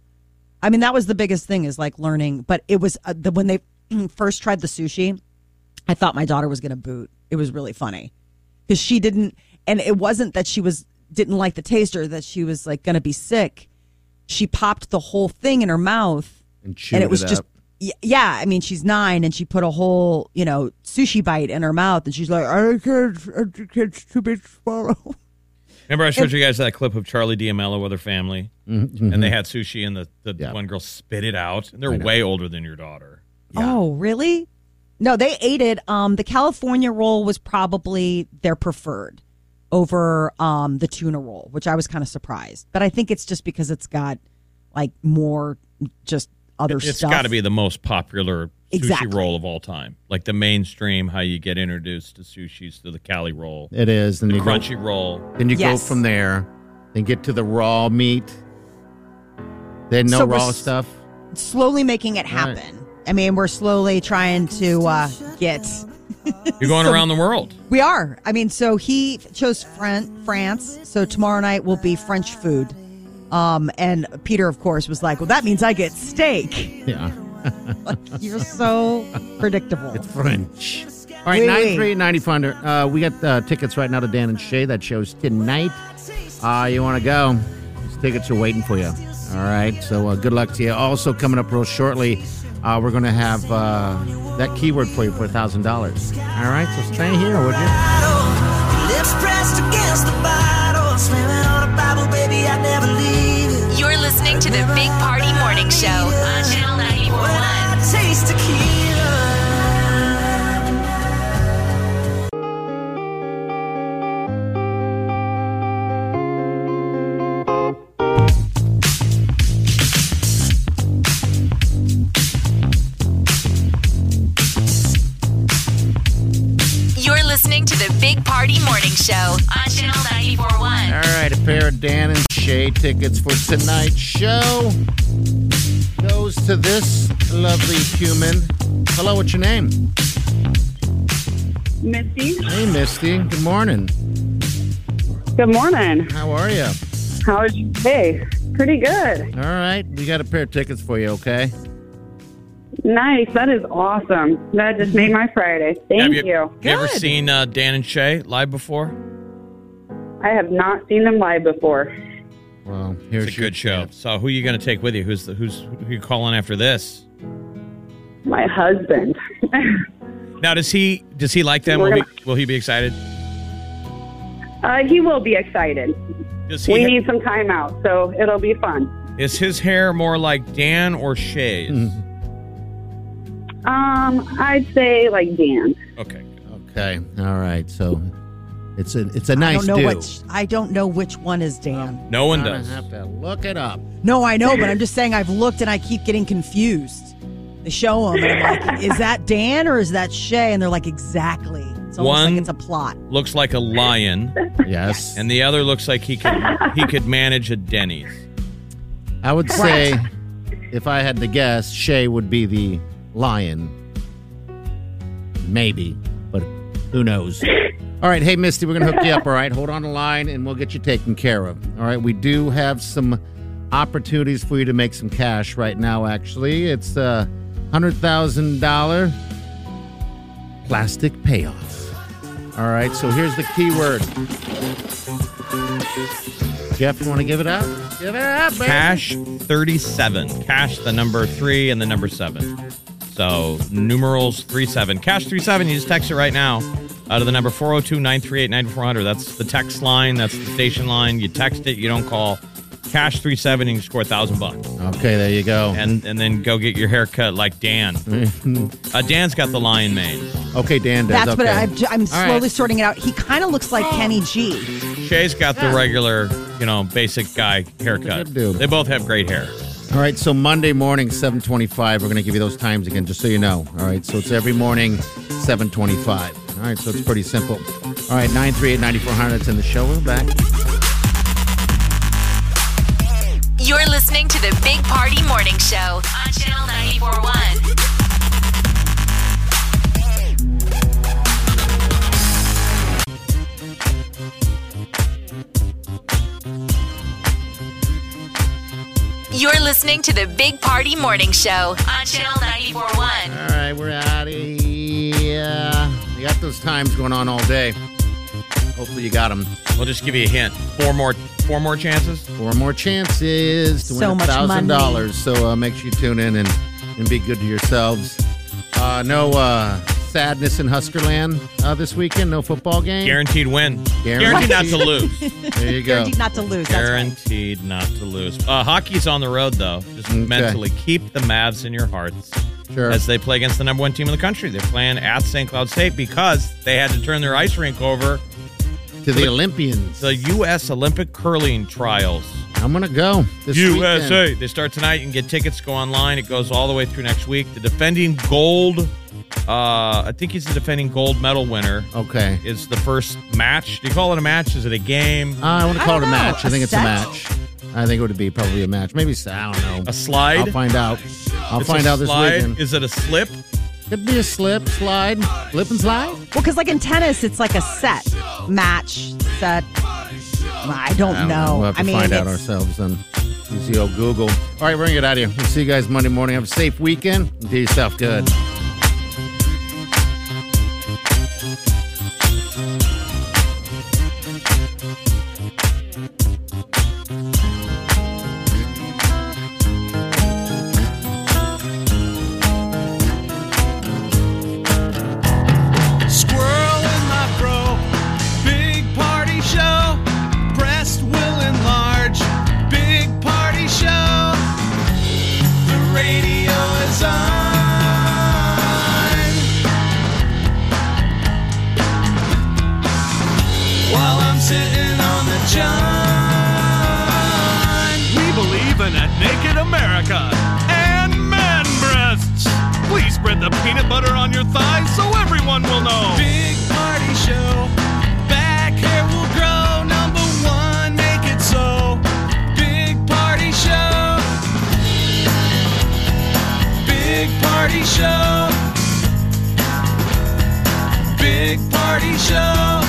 [SPEAKER 7] I mean, that was the biggest thing is like learning. But it was uh, the when they first tried the sushi, I thought my daughter was going to boot. It was really funny because she didn't, and it wasn't that she was didn't like the taste or that she was like going to be sick. She popped the whole thing in her mouth,
[SPEAKER 4] And
[SPEAKER 7] and
[SPEAKER 4] chewed
[SPEAKER 7] it was
[SPEAKER 4] it
[SPEAKER 7] just
[SPEAKER 4] up.
[SPEAKER 7] y- yeah. I mean, she's nine, and she put a whole you know sushi bite in her mouth, and she's like, I can't, I can't, it's too big to swallow.
[SPEAKER 5] Remember, I showed you guys that clip of Charlie D'Amelio with her family,
[SPEAKER 4] Mhm.
[SPEAKER 5] and they had sushi, and the, the one girl spit it out. And they're
[SPEAKER 4] I know.
[SPEAKER 5] way older than your daughter.
[SPEAKER 7] Oh, really? No, they ate it. Um, the California roll was probably their preferred over um, the tuna roll, which I was kind of surprised. But I think it's just because it's got like more just other
[SPEAKER 5] It- It's
[SPEAKER 7] stuff.
[SPEAKER 5] got to be the most popular sushi
[SPEAKER 7] Exactly.
[SPEAKER 5] roll of all time. Like the mainstream, how you get introduced to sushis to the Cali roll,
[SPEAKER 4] It is. And
[SPEAKER 5] the
[SPEAKER 4] you go-
[SPEAKER 5] crunchy roll.
[SPEAKER 4] Then you
[SPEAKER 7] Yes.
[SPEAKER 4] go from there, then get to the raw meat. Then no
[SPEAKER 7] So we're
[SPEAKER 4] raw
[SPEAKER 7] s-
[SPEAKER 4] stuff.
[SPEAKER 7] slowly making it
[SPEAKER 4] Right.
[SPEAKER 7] happen. I mean, we're slowly trying to uh, get.
[SPEAKER 5] You're going
[SPEAKER 7] Some-
[SPEAKER 5] around the world.
[SPEAKER 7] We are. I mean, so he chose Fran- France. So tomorrow night will be French food. Um, and Peter, of course, was like, "Well, that means I get steak."
[SPEAKER 4] Yeah.
[SPEAKER 7] You're so predictable.
[SPEAKER 4] French. All right,
[SPEAKER 7] Wait,
[SPEAKER 4] nine three
[SPEAKER 7] wait.
[SPEAKER 4] ninety funder. Uh, we got uh, tickets right now to Dan and Shay. That show's tonight. Uh, you want to go? Those tickets are waiting for you. All right. So uh, good luck to you. Also coming up real shortly, uh, we're going to have uh, that keyword for you for a thousand dollars. All right. So stay here, would you?
[SPEAKER 10] Lips pressed against the bottle, slamming on a Bible, baby, I never leave it.
[SPEAKER 3] You're listening to the Big Party Morning Show on Channel 941.
[SPEAKER 10] Taste tequila.
[SPEAKER 3] listening to the Big Party Morning Show on Channel 941.
[SPEAKER 4] All right, a pair of Dan and Shay tickets for tonight's show goes to this lovely human. Hello, what's your name?
[SPEAKER 14] Misty.
[SPEAKER 4] Hey, Misty. Good morning.
[SPEAKER 14] Good morning.
[SPEAKER 4] How are you?
[SPEAKER 14] How is your day? Pretty good.
[SPEAKER 4] All right, we got a pair of tickets for you. Okay.
[SPEAKER 14] Nice. That is awesome. That just made my Friday. Thank
[SPEAKER 5] have you,
[SPEAKER 14] you.
[SPEAKER 5] have you ever seen uh, Dan and Shay live before?
[SPEAKER 14] I have not seen them live before.
[SPEAKER 4] Well,
[SPEAKER 5] it's a good show. So who you going to take with you? Who's the, who's who you calling after this?
[SPEAKER 14] My husband.
[SPEAKER 5] Now does he does he like them?
[SPEAKER 14] We're
[SPEAKER 5] Will he,
[SPEAKER 14] gonna-
[SPEAKER 5] will he be excited?
[SPEAKER 14] Uh, he will be excited.
[SPEAKER 5] Does he
[SPEAKER 14] We
[SPEAKER 5] ha-
[SPEAKER 14] need some time out, so it'll be fun.
[SPEAKER 5] Is his hair more like Dan or Shay's?
[SPEAKER 4] Mm-hmm.
[SPEAKER 14] Um, I'd say like Dan.
[SPEAKER 5] Okay.
[SPEAKER 4] Okay. All right. So it's a it's a
[SPEAKER 7] I
[SPEAKER 4] nice
[SPEAKER 7] don't know
[SPEAKER 4] do.
[SPEAKER 7] which. I don't know which one is Dan.
[SPEAKER 5] No one
[SPEAKER 4] Gonna
[SPEAKER 5] does.
[SPEAKER 4] Have to look it up.
[SPEAKER 7] No, I know, but I'm just saying I've looked and I keep getting confused. They show them, and I'm like, is that Dan or is that Shay? And they're like, exactly. It's almost
[SPEAKER 5] One-
[SPEAKER 7] like it's a plot.
[SPEAKER 5] Looks like a lion.
[SPEAKER 4] Yes.
[SPEAKER 5] And the other looks like he could he could manage a Denny's.
[SPEAKER 4] I would say, if I had to guess, Shay would be the lion. Maybe, but who knows? All right, hey Misty, we're gonna hook you up. All right, hold on the line, and we'll get you taken care of. All right, we do have some opportunities for you to make some cash right now. Actually, it's a hundred thousand dollar plastic payoff. All right, so here's the keyword. Jeff, you want to give it up? Give it up, baby.
[SPEAKER 5] Cash 37. Cash the number 3 and the number 7. So numerals 37. Cash 37, you just text it right now. Out of the number 402-938-9400. That's the text line, that's the station line. You text it, you don't call. Cash 37 and you score 1000 bucks.
[SPEAKER 4] Okay, there you go.
[SPEAKER 5] And and then go get your hair cut like Dan. uh, Dan's got the lion mane.
[SPEAKER 4] Okay, Dan does.
[SPEAKER 7] That's
[SPEAKER 4] okay.
[SPEAKER 7] what I'm, j- I'm
[SPEAKER 5] All
[SPEAKER 7] slowly
[SPEAKER 5] right.
[SPEAKER 7] sorting it out. He kind of looks like Kenny G.
[SPEAKER 5] Shay's got the regular, you know, basic guy haircut. They both have great hair.
[SPEAKER 4] All right, so Monday morning, 725. We're going to give you those times again, just so you know. All right, so it's every morning, 725. All right, so it's pretty simple. All right, 938 9400. It's in the show. We're back.
[SPEAKER 3] You're listening to the Big Party Morning Show on Channel 941. You're listening to the Big Party Morning Show on Channel 941.
[SPEAKER 4] All right, we're out of here. You got those times going on all day. Hopefully, you got them.
[SPEAKER 5] We'll just give you a hint. Four more four more chances.
[SPEAKER 4] Four more chances to
[SPEAKER 5] So
[SPEAKER 4] win
[SPEAKER 5] much
[SPEAKER 4] thousand
[SPEAKER 5] money.
[SPEAKER 4] dollars. So uh, make sure you tune in and, and be good to yourselves. Uh, no uh, sadness in Huskerland uh, this weekend. No football game.
[SPEAKER 5] Guaranteed win. Guaranteed not to lose.
[SPEAKER 4] There you go.
[SPEAKER 7] Guaranteed not to lose. That's right.
[SPEAKER 5] Guaranteed not to lose. Uh, hockey's on the road, though. Just mentally keep the Mavs in your hearts
[SPEAKER 4] Sure.
[SPEAKER 5] as they play against the number one team in the country. They're playing at St. Cloud State because they had to turn their ice rink over
[SPEAKER 4] to the Olympians.
[SPEAKER 5] The U.S. Olympic curling trials.
[SPEAKER 4] I'm gonna go. This
[SPEAKER 5] USA.
[SPEAKER 4] Weekend.
[SPEAKER 5] They start tonight. You can get tickets. Go online. It goes all the way through next week. The defending gold, uh, I think he's the defending gold medal winner.
[SPEAKER 4] Okay.
[SPEAKER 5] Is the first match? Do you call it a match? Is it a game?
[SPEAKER 4] Uh, I want to call it a
[SPEAKER 5] don't know.
[SPEAKER 4] match. I think
[SPEAKER 5] A
[SPEAKER 4] it's
[SPEAKER 5] set?
[SPEAKER 4] a match. I think it would be probably a match. Maybe s- I don't know.
[SPEAKER 5] A slide?
[SPEAKER 4] I'll find out. I'll
[SPEAKER 5] It's a
[SPEAKER 4] find out this
[SPEAKER 5] slide?
[SPEAKER 4] weekend.
[SPEAKER 5] Is it a slip?
[SPEAKER 4] Could be a slip, slide, slip and slide.
[SPEAKER 7] Well, because like in tennis, it's like a set match set. I don't,
[SPEAKER 4] I don't
[SPEAKER 7] know.
[SPEAKER 4] We'll have to
[SPEAKER 7] I mean,
[SPEAKER 4] find out
[SPEAKER 7] it's-
[SPEAKER 4] ourselves on easy old Google. All right, we're gonna get out of here. We'll see you guys Monday morning. Have a safe weekend. Do yourself good.
[SPEAKER 10] Squirrel in my bro. Big party show. Breast will enlarge. Big party show. The radio is on. While I'm sitting on the john.
[SPEAKER 2] We believe in a naked America and man breasts. Please spread the peanut butter on your thighs so everyone will know.
[SPEAKER 10] Big party show.
[SPEAKER 1] show. Back hair will grow. Number one, make it so. Big party show. Big party show. Big party show.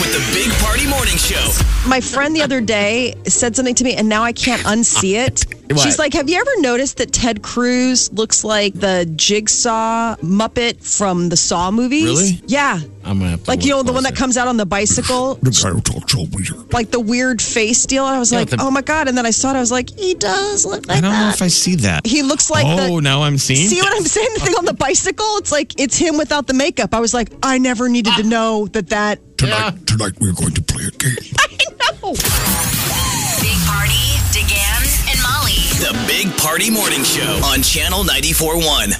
[SPEAKER 5] With the Big Party Morning Show.
[SPEAKER 7] My friend the other day said something to me, and now I can't unsee it.
[SPEAKER 5] What?
[SPEAKER 7] She's like, Have you ever noticed that Ted Cruz looks like the jigsaw Muppet from the Saw movies?
[SPEAKER 1] Really?
[SPEAKER 7] Yeah.
[SPEAKER 4] I'm gonna have
[SPEAKER 7] Like, you know, the one that comes out on the bicycle?
[SPEAKER 1] The guy who talks so weird.
[SPEAKER 7] Like the weird face deal. And I was
[SPEAKER 15] Yeah,
[SPEAKER 7] like,
[SPEAKER 15] the-
[SPEAKER 7] Oh my God. And then I saw it. I was like, He does look like
[SPEAKER 15] I don't
[SPEAKER 7] that.
[SPEAKER 15] know if I see that.
[SPEAKER 7] He looks like
[SPEAKER 15] Oh,
[SPEAKER 7] the-
[SPEAKER 15] now I'm seeing.
[SPEAKER 7] See what
[SPEAKER 15] it.
[SPEAKER 7] I'm saying? The thing on the bicycle? It's like, it's him without the makeup. I was like, I never needed to know that that.
[SPEAKER 1] Tonight, tonight we're going to play a game.
[SPEAKER 3] Big Party, DeGan, and Molly.
[SPEAKER 5] The Big Party Morning Show on Channel 94.1.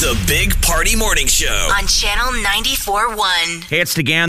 [SPEAKER 5] The Big Party Morning Show.
[SPEAKER 3] On Channel 94.1.
[SPEAKER 10] Hey, it's DeGan.